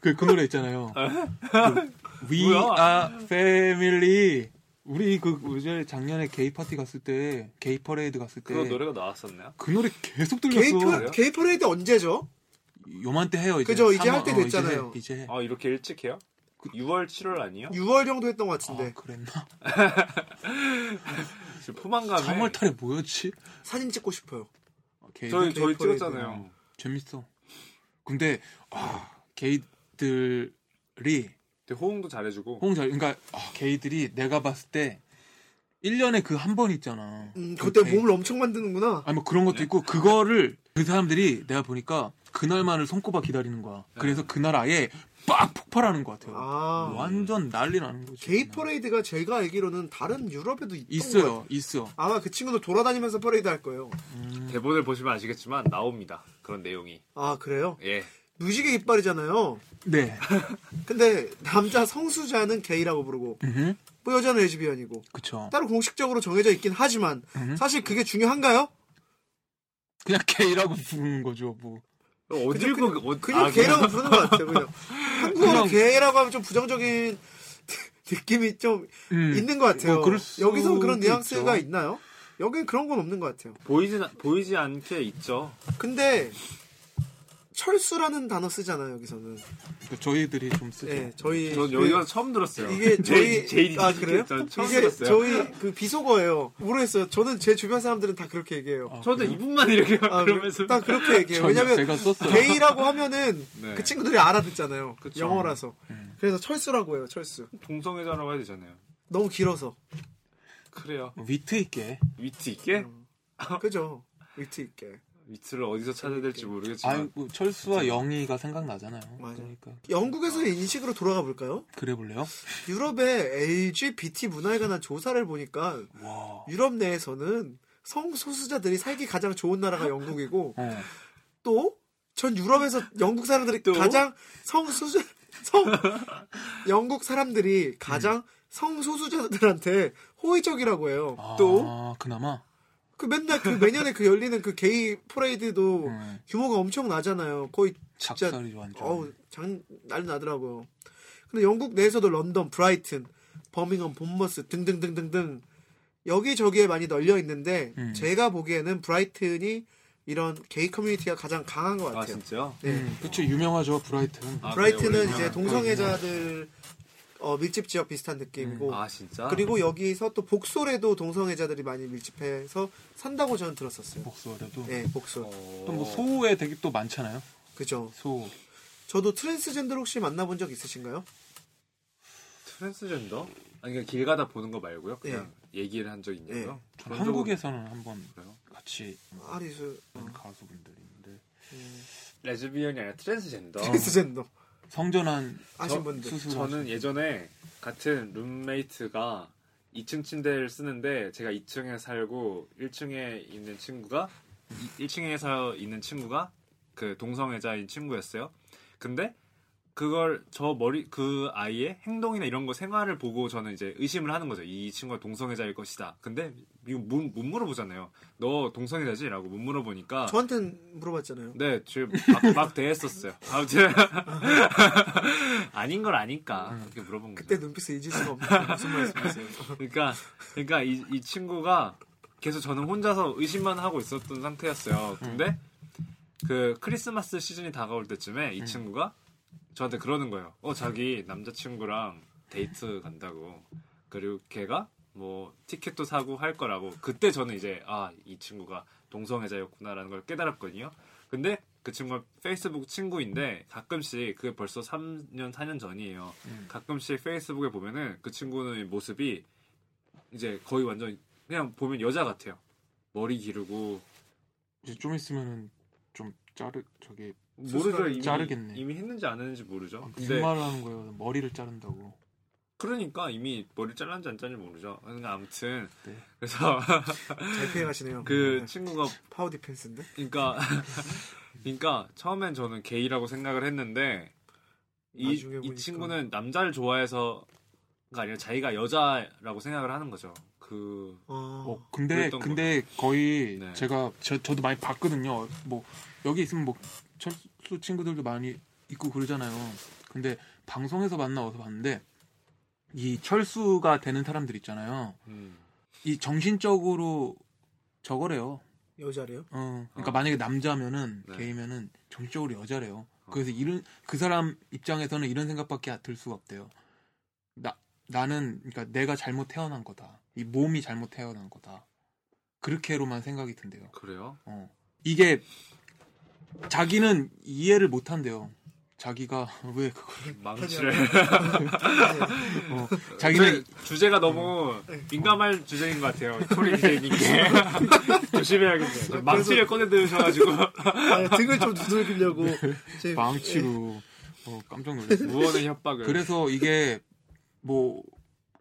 Speaker 1: 그, 그 노래 있잖아요.
Speaker 2: 어.
Speaker 1: 그 We
Speaker 3: 뭐야?
Speaker 1: are family. 우리 그 예전에 작년에 게이 파티 갔을 때, 게이 퍼레이드 갔을 때,
Speaker 3: 그거 노래가 나왔었나요?
Speaker 1: 그 노래 계속
Speaker 2: 게이,
Speaker 1: 들렸어.
Speaker 2: 퍼, 게이 퍼레이드 언제죠?
Speaker 1: 요맘때 해요 이제.
Speaker 2: 그죠, 이제
Speaker 1: 삼월-
Speaker 2: 할때
Speaker 1: 어, 이제
Speaker 2: 됐잖아요.
Speaker 1: 해, 이제 해.
Speaker 3: 아 이렇게 일찍 해요? 6월 7월 그 아니에요?
Speaker 2: 6월 정도 했던 것
Speaker 1: 아,
Speaker 2: 같은데.
Speaker 1: 그랬나?
Speaker 3: 지금
Speaker 2: 아,
Speaker 3: 포만감에
Speaker 2: 네.
Speaker 1: 3월 달에 뭐였지?
Speaker 2: 사진 찍고 싶어요.
Speaker 1: 게이
Speaker 3: 저희
Speaker 2: 이렇게
Speaker 3: 저희
Speaker 2: 포레이드.
Speaker 3: 찍었잖아요.
Speaker 1: 재밌어. 근데 아, 게이들이
Speaker 3: 되게 호응도 잘해주고
Speaker 1: 홍 잘, 그러니까 아, 게이들이 내가 봤을 때 1년에 그 한 번 있잖아.
Speaker 2: 음,
Speaker 1: 그
Speaker 2: 그때
Speaker 1: 게이-
Speaker 2: 몸을 엄청 만드는구나.
Speaker 1: 아니 뭐 그런 것도 있고 그거를 그 사람들이 내가 보니까 그날만을 손꼽아 기다리는 거야. 그래서 그날 아예 빡뭐 폭발하는 것 같아요.
Speaker 2: 아,
Speaker 1: 완전 난리 나는 거지.
Speaker 2: 게이 퍼레이드가 제가 알기로는 다른 유럽에도 있던 것 같아요.
Speaker 1: 있어요, 있어. 음.
Speaker 2: 아마 그 친구도 돌아다니면서 퍼레이드 할 거예요.
Speaker 3: 대본을 보시면 아시겠지만 나옵니다. 그런 내용이
Speaker 2: 아, 그래요?
Speaker 3: 예
Speaker 2: 무지개 깃발이잖아요.
Speaker 1: 네,
Speaker 2: 근데 남자 성수자는 게이라고 부르고
Speaker 1: 음흠,
Speaker 2: 또 여자는 레즈비언이고
Speaker 1: 그쵸.
Speaker 2: 따로 공식적으로 정해져 있긴 하지만
Speaker 1: 음.
Speaker 2: 사실 그게 중요한가요?
Speaker 1: 그냥 게이라고 부르는 거죠, 뭐.
Speaker 3: 어디 아, 읽고
Speaker 2: 그냥 게이라고 부르는 것 같아요. 그냥 한국어로
Speaker 1: 아, 그냥-
Speaker 2: 게이라고 하면 좀 부정적인 느낌이 좀
Speaker 1: 음.
Speaker 2: 있는 것 같아요.
Speaker 1: 뭐 그럴 수도
Speaker 2: 여기서 그런 뉘앙스가
Speaker 1: 있죠.
Speaker 2: 있나요 여긴 그런 건 없는 것 같아요.
Speaker 3: 보이지 보이지 않게 있죠.
Speaker 2: 근데 철수라는 단어 쓰잖아요. 여기서는.
Speaker 1: 그 저희들이 좀 쓰죠.
Speaker 2: 네, 저희
Speaker 3: 전
Speaker 2: 그-
Speaker 3: 여기 가서 처음 들었어요.
Speaker 2: 이게 저희
Speaker 3: 제이
Speaker 2: 아 그래요?
Speaker 3: 처음
Speaker 2: 이게
Speaker 3: 들었어요.
Speaker 2: 저희 그 비속어예요. 모르겠어요. 저는 제 주변 사람들은 다 그렇게 얘기해요.
Speaker 1: 아,
Speaker 3: 저도
Speaker 1: 그래요?
Speaker 3: 이분만 이렇게
Speaker 2: 아,
Speaker 3: 그러면서
Speaker 2: 딱 그렇게 얘기해요.
Speaker 1: 저희-
Speaker 2: 왜냐면
Speaker 1: 제가 썼어요.
Speaker 2: 게이라고 하면은
Speaker 3: 네.
Speaker 2: 그 친구들이 알아듣잖아요.
Speaker 3: 그쵸. 네.
Speaker 2: 영어라서. 그래서 철수라고 해요. 철수.
Speaker 3: 동성애자라고 해야 되잖아요.
Speaker 2: 너무 길어서.
Speaker 3: 그래요.
Speaker 1: 위트 있게.
Speaker 3: 위트 있게
Speaker 2: 음. 그죠? 위트 있게.
Speaker 3: 위트를 어디서 찾아야 될지 모르겠지만
Speaker 1: 아유 뭐 철수와 영희가 생각나잖아요.
Speaker 2: 맞아요.
Speaker 1: 그러니까
Speaker 2: 영국에서의 인식으로 돌아가 볼까요?
Speaker 1: 그래 볼래요?
Speaker 2: 유럽의 LGBT 문화에 관한 조사를 보니까
Speaker 1: 와.
Speaker 2: 유럽 내에서는 성소수자들이 살기 가장 좋은 나라가 영국이고
Speaker 1: 어.
Speaker 2: 또 전 유럽에서 영국 사람들이
Speaker 3: 또?
Speaker 2: 가장 성소수 성 영국 사람들이 가장
Speaker 1: 음.
Speaker 2: 성소수자들한테 호의적이라고 해요.
Speaker 1: 아,
Speaker 3: 또?
Speaker 1: 그나마.
Speaker 2: 그 맨날 그 매년에 그 열리는 그 게이 포레이드도
Speaker 1: 음,
Speaker 2: 규모가 엄청 나잖아요. 거의 진짜-
Speaker 1: 작살이 완전.
Speaker 2: 어우 장 난리 나더라고요. 근데 영국 내에서도 런던, 브라이튼, 버밍엄, 본머스 등등등등등 여기 저기에 많이 널려 있는데
Speaker 1: 음.
Speaker 2: 제가 보기에는 브라이튼이 이런 게이 커뮤니티가 가장 강한 것
Speaker 3: 아
Speaker 2: 같아요.
Speaker 3: 진짜요?
Speaker 2: 네.
Speaker 1: 음, 그쵸 유명하죠 브라이튼.
Speaker 3: 아,
Speaker 2: 브라이튼은
Speaker 3: 그래요?
Speaker 2: 이제 동성애자들 어, 밀집 지역 비슷한 느낌이고
Speaker 3: 아 진짜?
Speaker 2: 뭐, 그리고 여기서 또 복솔에도 동성애자들이 많이 밀집해서 산다고 저는 들었었어요.
Speaker 1: 복수어려도.
Speaker 2: 네, 복솔.
Speaker 1: 또
Speaker 3: 어.
Speaker 1: 뭐 소우에 되게 또 많잖아요.
Speaker 2: 그죠.
Speaker 1: 소우.
Speaker 2: 저도 트랜스젠더 혹시 만나본 적 있으신가요?
Speaker 3: 트랜스젠더? 아니 그냥 길 가다 보는 거 말고요. 그냥 얘기를 한 적 있냐고요?
Speaker 1: 저는 네. 한국에서는 한번
Speaker 3: 그래요?
Speaker 1: 같이
Speaker 2: 아리수 어,
Speaker 1: 음. 가수분들이 있는데
Speaker 2: 음,
Speaker 3: 레즈비언이 아니라 트랜스젠더.
Speaker 2: 트랜스젠더
Speaker 1: 성전환
Speaker 2: 아신
Speaker 3: 어. 저-
Speaker 2: 분들.
Speaker 1: 수술
Speaker 3: 저는 예전에 같은 룸메이트가 2층 침대를 쓰는데 제가 2층에 살고 1층에 있는 친구가 1층에 서 있는 친구가 그 동성애자인 친구였어요. 근데 그걸 저 머리 그 아이의 행동이나 이런 거 생활을 보고 저는 이제 의심을 하는 거죠. 이 친구가 동성애자일 것이다. 근데 이거 못, 못 물어보잖아요. 너 동성애자지?라고 못 물어보니까
Speaker 2: 저한텐 물어봤잖아요.
Speaker 3: 네, 지금 막, 막 대했었어요. 아무튼 아닌 걸 아니까 그렇게 물어본 거죠.
Speaker 2: 음. 그때 눈빛을 잊을 수가 없는 무슨 말씀이세요?
Speaker 3: 그러니까 그러니까 이, 이 친구가 계속 저는 혼자서 의심만 하고 있었던 상태였어요. 근데 그 크리스마스 시즌이 다가올 때쯤에 이 친구가 저한테 그러는 거예요. 어 자기 남자친구랑 데이트 간다고 그리고 걔가 뭐 티켓도 사고 할 거라고 그때 저는 이제 아 이 친구가 동성애자였구나라는 걸 깨달았거든요. 근데 그 친구가 페이스북 친구인데 가끔씩 그게 벌써 3년 4년 전이에요. 가끔씩 페이스북에 보면은 그 친구의 모습이 이제 거의 완전 그냥 보면 여자 같아요. 머리 기르고
Speaker 1: 이제 좀 있으면은 좀 자르 저기
Speaker 3: 모르죠 이미
Speaker 1: 자르겠네.
Speaker 3: 이미 했는지 안 했는지 모르죠.
Speaker 1: 무슨
Speaker 3: 근데
Speaker 1: 말을 하는 거예요? 머리를 자른다고.
Speaker 3: 그러니까 이미 머리 잘랐는지 안 잘랐는지 모르죠. 그러니까 아무튼
Speaker 1: 네.
Speaker 3: 그래서
Speaker 2: 잘 피해가시네요.
Speaker 3: 그
Speaker 2: 네.
Speaker 3: 친구가
Speaker 2: 파워 디펜스인데.
Speaker 3: 그러니까 그러니까 처음엔 저는 게이라고 생각을 했는데 이,
Speaker 2: 나중에
Speaker 3: 이
Speaker 2: 보니까.
Speaker 3: 친구는 남자를 좋아해서가 아니라 자기가 여자라고 생각을 하는 거죠. 그
Speaker 2: 어,
Speaker 1: 어, 근데
Speaker 3: 그랬던
Speaker 1: 근데 거의
Speaker 3: 네.
Speaker 1: 제가 저, 저도 많이 봤거든요. 뭐 여기 있으면 뭐 철수 친구들도 많이 있고 그러잖아요. 근데 방송에서 만나 어서 봤는데 이 철수가 되는 사람들 있잖아요.
Speaker 3: 음,
Speaker 1: 이 정신적으로 저거래요.
Speaker 2: 여자래요?
Speaker 1: 어, 그러니까
Speaker 3: 어.
Speaker 1: 만약에 남자면은
Speaker 3: 네.
Speaker 1: 게이면은 정적으로 여자래요. 그래서 이런 그 사람 입장에서는 이런 생각밖에 아- 들 수가 없대요. 나 나는 그러니까 내가 잘못 태어난 거다. 이 몸이 잘못 태어난 거다. 그렇게로만 생각이 든대요.
Speaker 3: 그래요?
Speaker 1: 어. 이게 자기는 이해를 못 한대요. 자기가 왜 그걸
Speaker 3: 망치를
Speaker 2: 네.
Speaker 1: 어, 자기는
Speaker 3: 주제가 너무 민감할 주제인 것 같아요. 토리 DJ님께 조심해야겠네요. 망치를 꺼내 들으셔가지고
Speaker 2: 아, 등을 좀 두들기려고
Speaker 3: 네.
Speaker 2: 제
Speaker 1: 망치로 어, 깜짝 놀랐어요.
Speaker 3: 무언의 협박을.
Speaker 1: 그래서 이게 뭐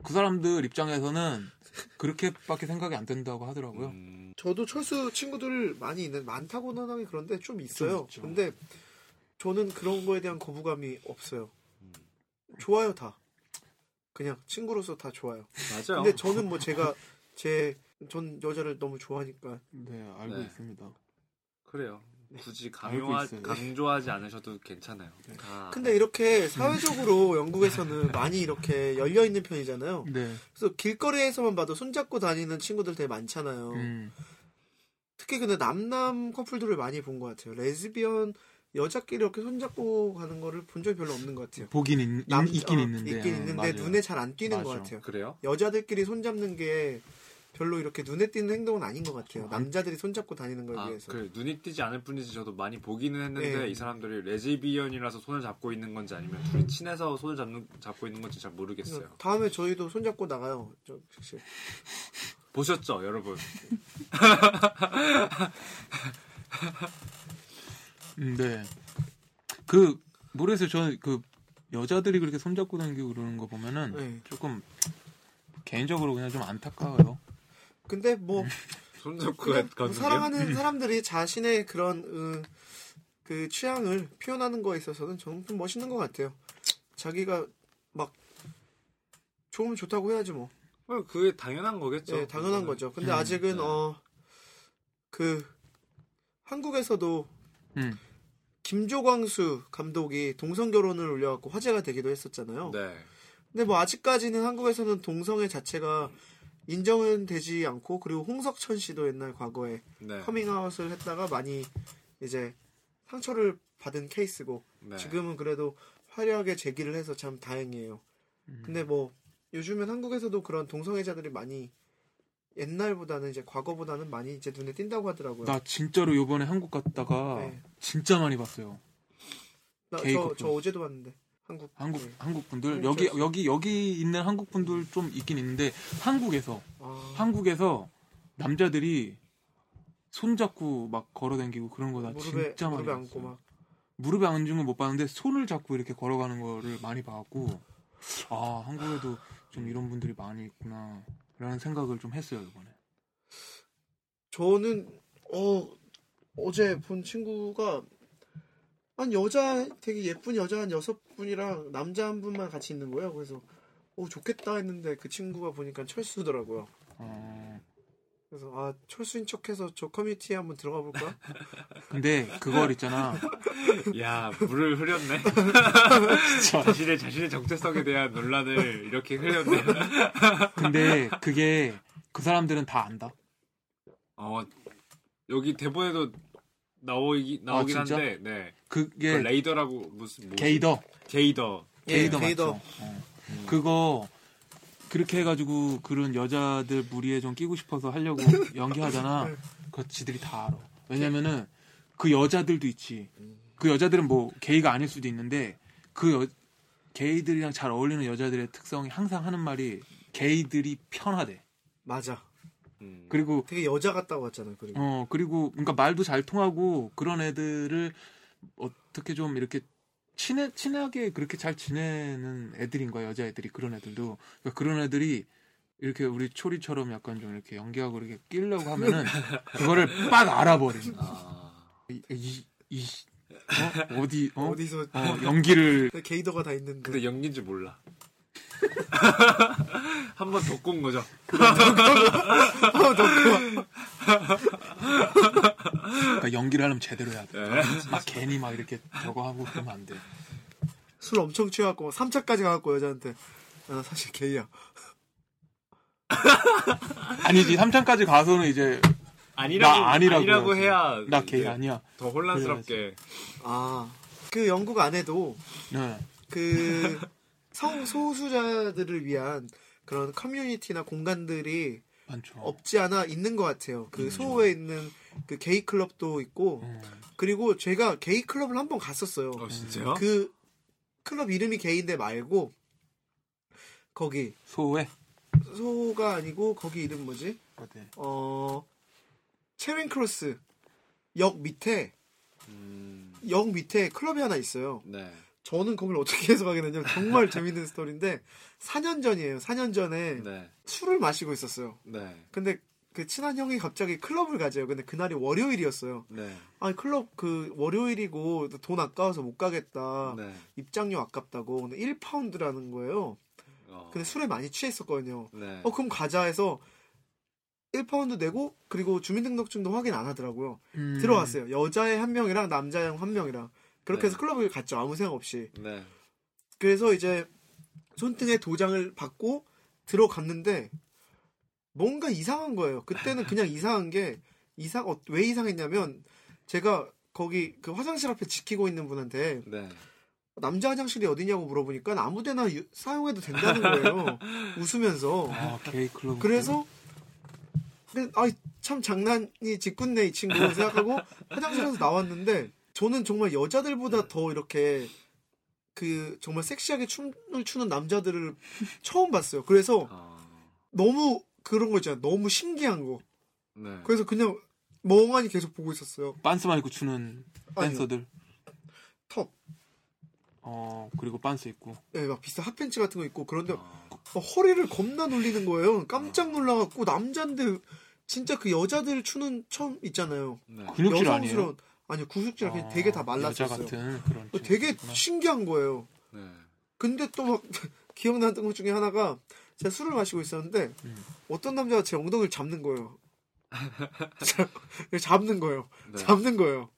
Speaker 1: 그 사람들 입장에서는 그렇게밖에 생각이 안 된다고 하더라고요.
Speaker 3: 음,
Speaker 2: 저도 철수 친구들 많이 있는 많다고는 하긴 그런데 좀 있어요.
Speaker 1: 좀 있죠.
Speaker 2: 근데 저는 그런 거에 대한 거부감이 없어요. 좋아요 다. 그냥 친구로서 다 좋아요.
Speaker 3: 맞아요.
Speaker 2: 근데 저는 뭐 제가 제 전 여자를 너무 좋아하니까
Speaker 1: 네, 알고
Speaker 3: 네.
Speaker 1: 있습니다.
Speaker 3: 그래요. 굳이
Speaker 1: 알고
Speaker 3: 강요하,
Speaker 1: 있어요.
Speaker 3: 강조하지 않으셔도 괜찮아요. 아,
Speaker 2: 네. 근데 이렇게 사회적으로 영국에서는 많이 이렇게 열려 있는 편이잖아요.
Speaker 1: 네.
Speaker 2: 그래서 길거리에서만 봐도 손잡고 다니는 친구들 되게 많잖아요.
Speaker 1: 음.
Speaker 2: 특히 근데 남남 커플들을 많이 본 것 같아요. 레즈비언 여자끼리 이렇게 손잡고 가는 거를 본 적이 별로 없는 것 같아요.
Speaker 1: 보긴 있, 있-
Speaker 2: 남-
Speaker 1: 있긴
Speaker 2: 어,
Speaker 1: 있는데.
Speaker 2: 있긴
Speaker 1: 아,
Speaker 2: 있는데
Speaker 1: 맞아요.
Speaker 2: 눈에 잘 안 띄는 것
Speaker 3: 맞아.
Speaker 2: 같아요.
Speaker 3: 그래요?
Speaker 2: 여자들끼리 손잡는 게 별로 이렇게 눈에 띄는 행동은 아닌 것 같아요. 남자들이 손잡고 다니는 거에
Speaker 3: 아,
Speaker 2: 비해서.
Speaker 3: 그 눈이 띄지 않을 뿐이지 저도 많이 보기는 했는데
Speaker 2: 네.
Speaker 3: 이 사람들이 레즈비언이라서 손을 잡고 있는 건지 아니면 둘이 친해서 손을 잡는, 잡고 있는 건지 잘 모르겠어요.
Speaker 2: 다음에 저희도 손잡고 나가요. 저, 혹시.
Speaker 3: 보셨죠, 여러분?
Speaker 1: 음, 네. 그 모르겠어요. 저는 그 여자들이 그렇게 손잡고 다니고 그러는 거 보면은
Speaker 2: 네.
Speaker 1: 조금 개인적으로 그냥 좀 안타까워요.
Speaker 2: 근데 뭐
Speaker 3: 손 잡고
Speaker 2: 그냥
Speaker 3: 걷는 게?
Speaker 2: 뭐 사랑하는 사람들이 자신의 그런 음, 그 취향을 표현하는 거에 있어서는 좀, 좀 멋있는 것 같아요. 자기가 막 좋으면 좋다고 해야지 뭐.
Speaker 3: 어, 그게 당연한 거겠죠.
Speaker 2: 예, 당연한
Speaker 3: 그거는.
Speaker 2: 거죠. 근데
Speaker 1: 음,
Speaker 2: 아직은
Speaker 3: 네.
Speaker 2: 어 그 한국에서도
Speaker 1: 음.
Speaker 2: 김조광수 감독이 동성 결혼을 올려갖고 화제가 되기도 했었잖아요.
Speaker 3: 네.
Speaker 2: 근데 뭐 아직까지는 한국에서는 동성애 자체가 인정은 되지 않고 그리고 홍석천 씨도 옛날 과거에
Speaker 3: 네.
Speaker 2: 커밍아웃을 했다가 많이 이제 상처를 받은 케이스고
Speaker 3: 네.
Speaker 2: 지금은 그래도 화려하게 제기를 해서 참 다행이에요.
Speaker 1: 음.
Speaker 2: 근데 뭐 요즘은 한국에서도 그런 동성애자들이 많이 옛날보다는 이제 과거보다는 많이 이제 눈에 띈다고 하더라고요.
Speaker 1: 나 진짜로 요번에 한국 갔다가
Speaker 2: 네.
Speaker 1: 진짜 많이 봤어요.
Speaker 2: 나-
Speaker 1: 게이
Speaker 2: 저,
Speaker 1: 커플.
Speaker 2: 저 어제도 봤는데 한국
Speaker 1: 한국
Speaker 2: 네.
Speaker 1: 한국 분들
Speaker 2: 음,
Speaker 1: 여기
Speaker 2: 그래서-
Speaker 1: 여기 여기 있는 한국 분들 좀 있긴 있는데 한국에서
Speaker 2: 아,
Speaker 1: 한국에서 남자들이 손 잡고 막 걸어다니고 그런 거 나
Speaker 2: 무릎에
Speaker 1: 진짜 많이
Speaker 2: 무릎에
Speaker 1: 봤어요.
Speaker 2: 안고 막
Speaker 1: 무릎에 앉은 건 못 봤는데 손을 잡고 이렇게 걸어가는 거를 많이 봐갖고 아 한국에도 좀 이런 분들이 많이 있구나라는 생각을 좀 했어요 이번에.
Speaker 2: 저는 어 어제 본 친구가 한 여자 되게 예쁜 여자 한 여섯 분이랑 남자 한 분만 같이 있는 거예요. 그래서 오 좋겠다 했는데 그 친구가 보니까 철수더라고요.
Speaker 1: 어,
Speaker 2: 그래서 아 철수인 척해서 저 커뮤니티에 한번 들어가 볼까?
Speaker 1: 근데 그걸 있잖아.
Speaker 3: 야, 물을 흐렸네. 자신의, 자신의 정체성에 대한 논란을 이렇게 흐렸네.
Speaker 1: 근데 그게 그 사람들은 다 안다.
Speaker 3: 어, 여기 대본에도 나오기, 나오긴
Speaker 1: 아, 진짜?
Speaker 3: 한데, 네. 그
Speaker 1: 그게
Speaker 3: 레이더라고 무슨, 뭐
Speaker 1: 게이더.
Speaker 3: 게이더.
Speaker 1: 게이더
Speaker 2: 예, 게이더.
Speaker 1: 맞죠. 어. 그거 그렇게 해가지고 그런 여자들 무리에 좀 끼고 싶어서 하려고
Speaker 2: 네.
Speaker 1: 연기하잖아. 그거 지들이 다 알아. 왜냐면은 그 여자들도 있지. 그 여자들은 뭐 게이가 아닐 수도 있는데 그 여- 게이들이랑 잘 어울리는 여자들의 특성이 항상 하는 말이 게이들이 편하대.
Speaker 2: 맞아.
Speaker 3: 음.
Speaker 1: 그리고
Speaker 2: 되게 여자 같다고 했잖아. 그리고
Speaker 1: 어 그리고 그러니까 말도 잘 통하고 그런 애들을 어떻게 좀 이렇게 친해 친하게 그렇게 잘 지내는 애들인 거야 여자 애들이 그런 애들도 그러니까 그런 애들이 이렇게 우리 초리처럼 약간 좀 이렇게 연기하고 이렇게 끼려고 하면은 그거를 빡 알아버린
Speaker 3: 아,
Speaker 1: 이이 이, 어? 어디 어?
Speaker 2: 어디서 그
Speaker 1: 어, 연기를
Speaker 2: 게이더가 다 있는데
Speaker 3: 근데 연기인지 몰라. 한 번 더 꼰 거죠.
Speaker 1: 그러니까 연기를 하려면 제대로 해야 돼.
Speaker 3: 네.
Speaker 1: 막 괜히 막 이렇게 저거 하고 그러면 안 돼.
Speaker 2: 술 엄청 취해갖고 3차까지 가갖고 여자한테 아, 나 사실 게이야.
Speaker 1: 아니지 3창까지 가서는 이제
Speaker 3: 아니라고,
Speaker 1: 나 아니라고
Speaker 3: 아니라고
Speaker 1: 해야지.
Speaker 3: 해야.
Speaker 1: 나
Speaker 3: 이제
Speaker 1: 게이 아니야.
Speaker 3: 더 혼란스럽게.
Speaker 2: 아 그 영국 안에도
Speaker 1: 네.
Speaker 2: 그 성소수자들을 위한 그런 커뮤니티나 공간들이
Speaker 1: 많죠.
Speaker 2: 없지 않아 있는 것 같아요.
Speaker 3: 음.
Speaker 2: 그 소호에 있는 그 게이 클럽도 있고
Speaker 1: 음.
Speaker 2: 그리고 제가 게이 클럽을 한 번 갔었어요.
Speaker 3: 어, 진짜요?
Speaker 2: 그 클럽 이름이 게이인데 말고 거기
Speaker 1: 소호에
Speaker 2: 소가 아니고 거기 이름 뭐지?
Speaker 1: 어때?
Speaker 2: 어 체링 크로스 역 밑에
Speaker 3: 음,
Speaker 2: 역 밑에 클럽이 하나 있어요.
Speaker 3: 네.
Speaker 2: 저는 거길 어떻게 해서 가게 됐냐면 정말 재밌는 스토리인데 4년 전이에요. 4년 전에
Speaker 3: 네.
Speaker 2: 술을 마시고 있었어요.
Speaker 3: 네.
Speaker 2: 근데 그 친한 형이 갑자기 클럽을 가재요. 근데 그날이 월요일이었어요.
Speaker 3: 네.
Speaker 2: 아니 클럽 그 월요일이고 돈 아까워서 못 가겠다.
Speaker 3: 네.
Speaker 2: 입장료 아깝다고 근데 1파운드라는 거예요.
Speaker 3: 어.
Speaker 2: 근데 술에 많이 취했었거든요.
Speaker 3: 네.
Speaker 2: 어 그럼 가자 해서 1파운드 내고 그리고 주민등록증도 확인 안 하더라고요.
Speaker 1: 음.
Speaker 2: 들어왔어요. 여자애 한 명이랑 남자애 한 명이랑 그렇게
Speaker 3: 네.
Speaker 2: 해서 클럽을 갔죠. 아무 생각 없이.
Speaker 1: 그-
Speaker 3: 네.
Speaker 2: 그래서 이제 손등에 도장을 받고 들어갔는데 뭔가 이상한 거예요. 그때는 그냥 이상한 게 이상 어, 왜 이상했냐면 제가 거기 그 화장실 앞에 지키고 있는 분한테
Speaker 3: 네.
Speaker 2: 남자 화장실이 어디냐고 물어보니까 아무데나 유- 사용해도 된다는 거예요. 웃으면서
Speaker 1: 아, 게이 클럽.
Speaker 2: 그래서 근데 아참 장난이 짓궂네 이 친구 생각하고 화장실에서 나왔는데 저는 정말 여자들보다 더 이렇게 그 정말 섹시하게 춤을 추는 남자들을 처음 봤어요. 그래서
Speaker 3: 아,
Speaker 2: 너무 그런 거 있잖아요. 너무 신기한 거.
Speaker 3: 네.
Speaker 2: 그래서 그냥 멍하니 계속 보고 있었어요.
Speaker 1: 반스만 입고 추는
Speaker 2: 아니요.
Speaker 1: 댄서들.
Speaker 2: 턱,
Speaker 1: 어, 그리고 반스 입고.
Speaker 2: 예, 막 비슷한 핫팬츠 같은 거 있고 그런데
Speaker 3: 아,
Speaker 2: 어, 허리를 겁나 놀리는 거예요. 깜짝 놀라갖고 남잔데 진짜 그 여자들 추는 처음 있잖아요.
Speaker 3: 네.
Speaker 1: 근육질 아니에요?
Speaker 2: 여성스러운 아니요 구육질 그냥
Speaker 1: 아,
Speaker 2: 되게 다
Speaker 1: 여자
Speaker 2: 말랐었어요.
Speaker 1: 같은 아. 그런.
Speaker 2: 어, 되게
Speaker 1: 친구구나.
Speaker 2: 신기한 거예요.
Speaker 3: 네.
Speaker 2: 근데 또 막 기억나는 것 중에 하나가 제가 술을 마시고 있었는데
Speaker 1: 음.
Speaker 2: 어떤 남자가 제 엉덩이를 잡는 거예요. 자- 잡는 거예요.
Speaker 3: 네.
Speaker 2: 잡는 거예요.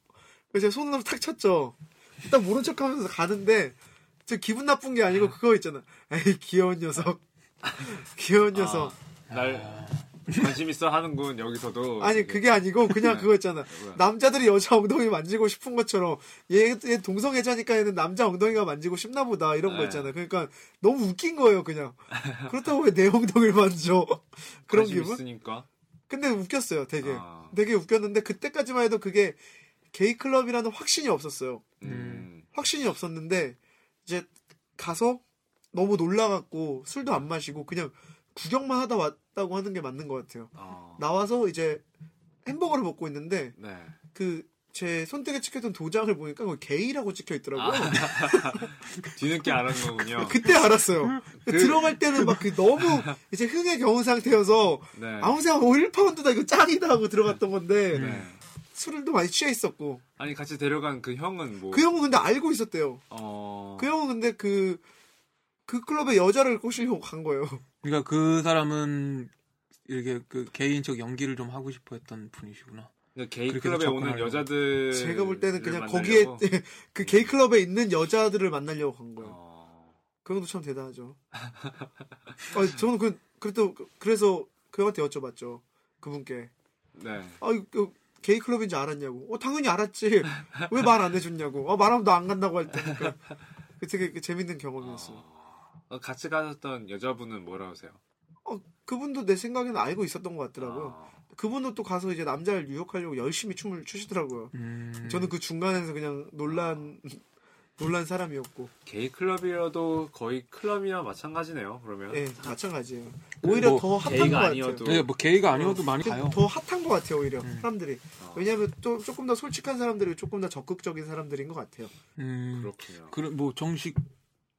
Speaker 2: 그래서 제가 손으로 탁 쳤죠. 일단 모른 척 하면서 가는데 저 기분 나쁜 게 아니고 그거 있잖아. 에이 귀여운 녀석. 귀여운 녀석.
Speaker 1: 아,
Speaker 3: 아, 날 관심 있어 하는군 여기서도.
Speaker 2: 아니 그게 아니고 그냥
Speaker 3: 네.
Speaker 2: 그거 있잖아.
Speaker 3: 뭐야.
Speaker 2: 남자들이 여자 엉덩이 만지고 싶은 것처럼 얘, 얘 동성애자니까 얘는 남자 엉덩이가 만지고 싶나 보다 이런 거
Speaker 3: 네.
Speaker 2: 있잖아. 그러니까 너무 웃긴 거예요 그냥. 그렇다고 왜 내 엉덩이를 만져? 그런
Speaker 3: 관심
Speaker 2: 기분?
Speaker 3: 있으니까.
Speaker 2: 근데 웃겼어요 되게.
Speaker 3: 아.
Speaker 2: 되게 웃겼는데 그때까지만 해도 그게 게이 클럽이라는 확신이 없었어요.
Speaker 3: 음.
Speaker 2: 확신이 없었는데 이제 가서 너무 놀라갖고 술도 안 마시고 그냥 구경만 하다 왔다고 하는 게 맞는 것 같아요.
Speaker 3: 아.
Speaker 2: 나와서 이제 햄버거를 먹고 있는데
Speaker 3: 네.
Speaker 2: 그 제 손등에 찍혔던 도장을 보니까 거기 게이라고 찍혀 있더라고요.
Speaker 3: 아. 뒤늦게 알은 거군요.
Speaker 2: 그때 알았어요.
Speaker 3: 그-
Speaker 2: 들어갈 때는 막 그 너무 이제 흥에 겨운 상태여서
Speaker 3: 네.
Speaker 2: 아무 생각 없고 1파운드다 이거 짱이다 하고 들어갔던 건데
Speaker 3: 네.
Speaker 2: 술도 많이 취해 있었고
Speaker 3: 아니 같이 데려간 그 형은 뭐?
Speaker 2: 그 형은 근데 알고 있었대요.
Speaker 3: 어.
Speaker 2: 그 형은 근데 그 그 클럽에 여자를 꼬시려고 간 거예요.
Speaker 1: 그러니까 그 사람은 이렇게 그 개인 척 연기를 좀 하고 싶어 했던 분이시구나.
Speaker 3: 그러니까 게이
Speaker 1: 그렇게
Speaker 3: 클럽에 오는
Speaker 1: 접근하려고.
Speaker 3: 여자들.
Speaker 2: 제가 볼 때는 그냥 거기에 그 게이 클럽에 있는 여자들을 만나려고 간 거예요.
Speaker 3: 어.
Speaker 2: 그 형도 참 대단하죠. 아, 저는 그, 그래도, 그- 그래서 그 형한테 여쭤봤죠. 그분께.
Speaker 3: 네.
Speaker 2: 아, 이거 게이 클럽인지 알았냐고. 어, 당연히 알았지. 왜 말 안 해줬냐고. 아, 말하면 나 안 간다고 할 테니까. 그 되게 그 재밌는 경험이었어요.
Speaker 3: 어, 같이 가셨던 여자분은 뭐라 하세요?
Speaker 2: 그분도 내 생각에는 알고 있었던 것
Speaker 1: 어.
Speaker 2: 같더라고요.
Speaker 3: 아,
Speaker 2: 그분도 또 가서 이제 남자를 유혹하려고 열심히 춤을 추시더라고요.
Speaker 1: 음.
Speaker 2: 저는 그 중간에서 그냥 놀란, 놀란 사람이었고.
Speaker 3: 게이 클럽이라도 거의 클럽이나 마찬가지네요. 그러면.
Speaker 2: 예, 마찬가지예요. 오히려
Speaker 1: 뭐
Speaker 2: 더 핫한
Speaker 3: 게이가
Speaker 2: 것 같아요.
Speaker 3: 아니어도
Speaker 1: 네, 뭐 게이가 아니어도 많이
Speaker 2: 그-
Speaker 1: 가요.
Speaker 2: 더 핫한 것 같아요 오히려
Speaker 1: 음.
Speaker 2: 사람들이
Speaker 3: 아.
Speaker 2: 왜냐하면 또 조금 더 솔직한 사람들이 조금 더 적극적인 사람들인 것 같아요
Speaker 1: 음.
Speaker 3: 그렇군요.
Speaker 1: 그래 뭐 정식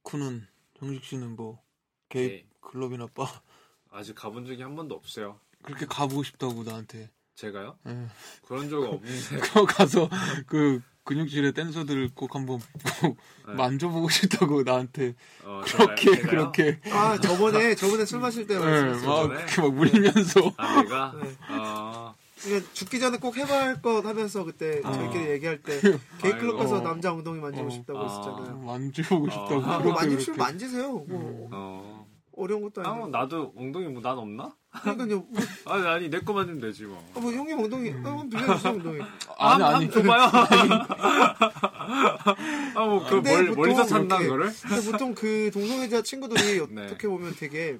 Speaker 1: 군은 정식 씨는 뭐 게이
Speaker 3: 네.
Speaker 1: 클럽이나 바
Speaker 3: 아직 가본 적이 한 번도 없어요.
Speaker 1: 그렇게 가보고 싶다고 나한테.
Speaker 3: 제가요?
Speaker 1: 예.
Speaker 3: 그런 적 없는데.
Speaker 1: 그거 가서 그 근육질의 댄서들 꼭 한번 꼭
Speaker 3: 네.
Speaker 1: 만져보고 싶다고 나한테
Speaker 3: 어, 제가요?
Speaker 1: 그렇게
Speaker 3: 제가요?
Speaker 1: 그렇게
Speaker 2: 아 저번에 저번에 술 마실 때
Speaker 1: 예,
Speaker 2: 말씀했어요
Speaker 1: 막
Speaker 3: 전에?
Speaker 1: 그렇게 막 울면서
Speaker 3: 아, 내가?
Speaker 1: 음.
Speaker 2: 네.
Speaker 3: 어,
Speaker 2: 그냥 죽기 전에 꼭 해봐야 할 것 하면서 그때
Speaker 1: 아.
Speaker 2: 저희끼리 얘기할 때
Speaker 3: 아이고.
Speaker 2: 게이클럽 가서 남자 엉덩이 만지고
Speaker 1: 어.
Speaker 2: 싶다고
Speaker 3: 아.
Speaker 2: 했었잖아요
Speaker 1: 만져보고 싶다고
Speaker 3: 아,
Speaker 2: 뭐
Speaker 1: 그렇게
Speaker 2: 만지면
Speaker 1: 그렇게.
Speaker 2: 만지세요 뭐
Speaker 3: 어.
Speaker 2: 어려운 것도
Speaker 3: 아, 뭐
Speaker 2: 아니고
Speaker 3: 나도 엉덩이 뭐 난 없나?
Speaker 2: 그러니까요 뭐,
Speaker 3: 아니, 아니, 내 거만 하면 되지 뭐.
Speaker 2: 아, 뭐 형님 엉덩이 한번 빌려주세요 엉덩이
Speaker 1: 아니
Speaker 3: 아,
Speaker 1: 아니
Speaker 3: 한번 줘봐요. 아, 뭐, 그,
Speaker 2: 근데
Speaker 3: 멀,
Speaker 2: 보통
Speaker 3: 멀리서 찾나,
Speaker 2: 이렇게-
Speaker 3: 그거를?
Speaker 2: 근데 보통 그 동성애자 친구들이
Speaker 3: 네.
Speaker 2: 어떻게 보면 되게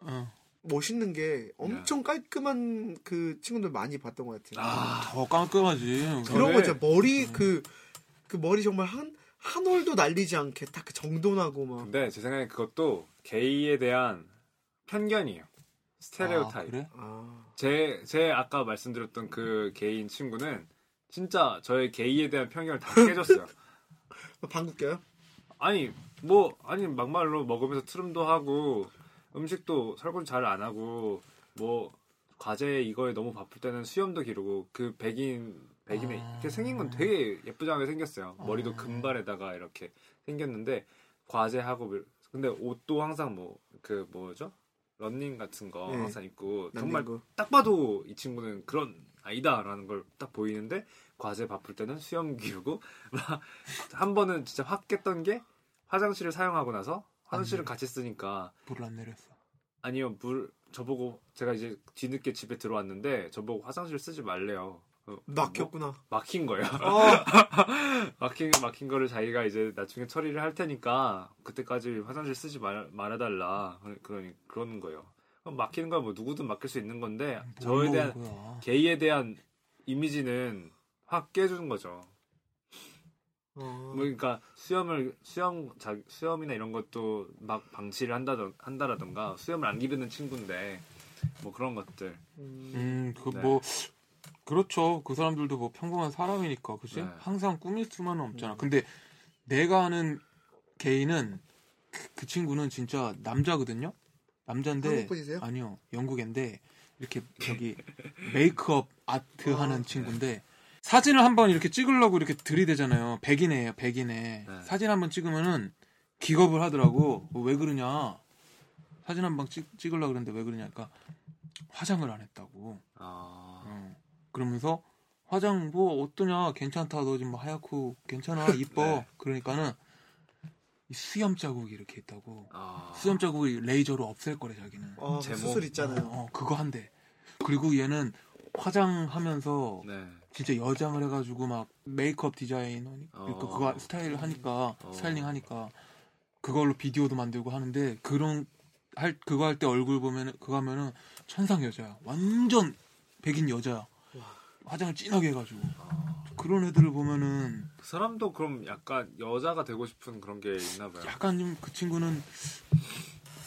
Speaker 1: 어,
Speaker 2: 멋있는 게 엄청 깔끔한 그 친구들 많이 봤던 것 같아요
Speaker 3: 아,
Speaker 1: 더 깜깜하지
Speaker 2: 그런
Speaker 3: 저는-
Speaker 2: 거 있잖아. 머리 그 그 머리 정말 한, 한 올도 날리지 않게 딱 그 정돈하고 막.
Speaker 3: 근데 제 생각엔 그것도 게이에 대한 편견이에요. 스테레오 타입.
Speaker 1: 그래?
Speaker 2: 아.
Speaker 3: 제, 제 아까 말씀드렸던 그 게이인 친구는 진짜 저의 게이에 대한 편견을 다 깨졌어요.
Speaker 2: 방귀껴요?
Speaker 3: 아니 뭐 아니 막말로 먹으면서 트름도 하고 음식도 설거지 잘 안 하고 뭐 과제 이거에 너무 바쁠 때는 수염도 기르고 그 백인 백인의
Speaker 1: 아.
Speaker 3: 이렇게 생긴 건 되게 예쁘장하게 생겼어요 머리도
Speaker 1: 아.
Speaker 3: 금발에다가 이렇게 생겼는데 과제하고 뭐- 근데 옷도 항상 뭐 그 뭐죠 런닝 같은 거
Speaker 2: 네.
Speaker 3: 항상 입고
Speaker 2: 런닝
Speaker 3: 정말
Speaker 2: 거.
Speaker 3: 딱 봐도 이 친구는 그런 아이다라는 걸 딱 보이는데 과제 바쁠 때는 수염 기르고 한 번은 진짜 확 깼던 게 화장실을 사용하고 나서 화장실을
Speaker 1: 음.
Speaker 3: 같이 쓰니까
Speaker 1: 불을 안 내렸어.
Speaker 3: 아니요 물 저보고 제가 이제 뒤늦게 집에 들어왔는데 저보고 화장실 쓰지 말래요. 어, 뭐,
Speaker 2: 막혔구나.
Speaker 3: 막힌 거예요.
Speaker 1: 뭐
Speaker 2: 아,
Speaker 3: 막힌 막힌 거를 자기가 이제 나중에 처리를 할 테니까 그때까지 화장실 쓰지 말 말아달라 그런 그런 거예요. 그럼 막히는 건 뭐 누구든 막힐 수 있는 건데 저에 대한
Speaker 1: 거야.
Speaker 3: 게이에 대한 이미지는 확 깨주는 거죠.
Speaker 2: 어,
Speaker 3: 뭐 그러니까 수염을 수염 자, 수염이나 이런 것도 막 방치를 한다던 한다라던가 수염을 안 기르는 친구인데 뭐 그런 것들.
Speaker 2: 음,
Speaker 1: 음, 그
Speaker 3: 네.
Speaker 1: 뭐 그렇죠. 그 사람들도 뭐 평범한 사람이니까, 그치
Speaker 3: 네.
Speaker 1: 항상 꾸밀 수만은 없잖아.
Speaker 2: 음.
Speaker 1: 근데 내가 아는 개인은 그, 그 친구는 진짜 남자거든요. 남자인데
Speaker 2: 한국
Speaker 3: 예?
Speaker 2: 분이세요?
Speaker 1: 아니요, 영국인데 이렇게 저기 메이크업 아트
Speaker 2: 아,
Speaker 3: 네.
Speaker 1: 하는 친구인데 사진을 한번 이렇게 찍으려고 이렇게 들이대잖아요. 백인애예요, 백인애.
Speaker 3: 네.
Speaker 1: 사진 한번 찍으면은 기겁을 하더라고. 어, 뭐왜 그러냐? 사진 한 번 찍, 찍으려고 그랬는데 왜 그러냐? 그러니까 화장을 안 했다고.
Speaker 3: 아,
Speaker 1: 어. 그러면서 화장 뭐 어떠냐 괜찮다 너 지금 뭐 하얗고 괜찮아 이뻐
Speaker 3: 네.
Speaker 1: 그러니까는 이 수염 자국이 이렇게 있다고
Speaker 3: 아
Speaker 1: 수염 자국을 레이저로 없앨 거래 자기는
Speaker 2: 어, 그
Speaker 3: 제목.
Speaker 2: 수술 있잖아요.
Speaker 1: 어, 그거 한대 그리고 얘는 화장하면서
Speaker 3: 네.
Speaker 1: 진짜 여장을 해가지고 막 메이크업 디자인 하니까 그러니까
Speaker 3: 어.
Speaker 1: 그거 스타일 하니까
Speaker 3: 어.
Speaker 1: 스타일링 하니까 그걸로 비디오도 만들고 하는데 그런 할 그거 할 때 얼굴 보면 그거 하면은 천상 여자야 완전 백인 여자야 화장을 진하게 해가지고
Speaker 3: 아,
Speaker 1: 그런 애들을 보면은
Speaker 3: 그 사람도 그럼 약간 여자가 되고 싶은 그런 게 있나 봐요.
Speaker 1: 약간 좀 그 친구는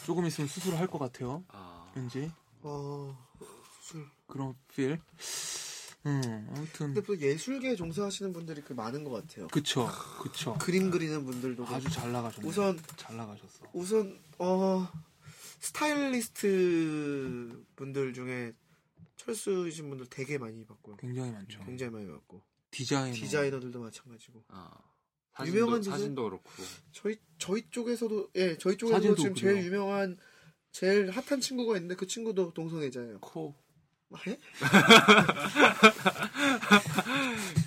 Speaker 1: 조금 있으면 수술을 할 것 같아요
Speaker 3: 아,
Speaker 1: 왠지
Speaker 2: 어, 수술.
Speaker 1: 그런 필 음, 아무튼
Speaker 2: 근데 또 예술계에 종사하시는 분들이 그 많은 것 같아요.
Speaker 1: 그쵸 그쵸
Speaker 2: 그림 그리는 분들도
Speaker 1: 아주 잘 나가셨네
Speaker 2: 우선
Speaker 1: 잘 나가셨어
Speaker 2: 우선 어 스타일리스트 분들 중에 철수이신 분들 되게 많이 봤고요.
Speaker 1: 굉장히 많죠. 네,
Speaker 2: 굉장히 많이 봤고
Speaker 1: 디자이너.
Speaker 2: 디자이너들도 마찬가지고
Speaker 3: 아.
Speaker 2: 유명한
Speaker 3: 사진도,
Speaker 2: 디자인-
Speaker 3: 사진도 그렇고.
Speaker 2: 저희 저희 쪽에서도 예 저희 쪽에서도
Speaker 1: 사진도
Speaker 2: 지금
Speaker 1: 그래요.
Speaker 2: 제일 유명한 제일 핫한 친구가 있는데 그 친구도 동성애자예요.
Speaker 1: 코.
Speaker 2: 예?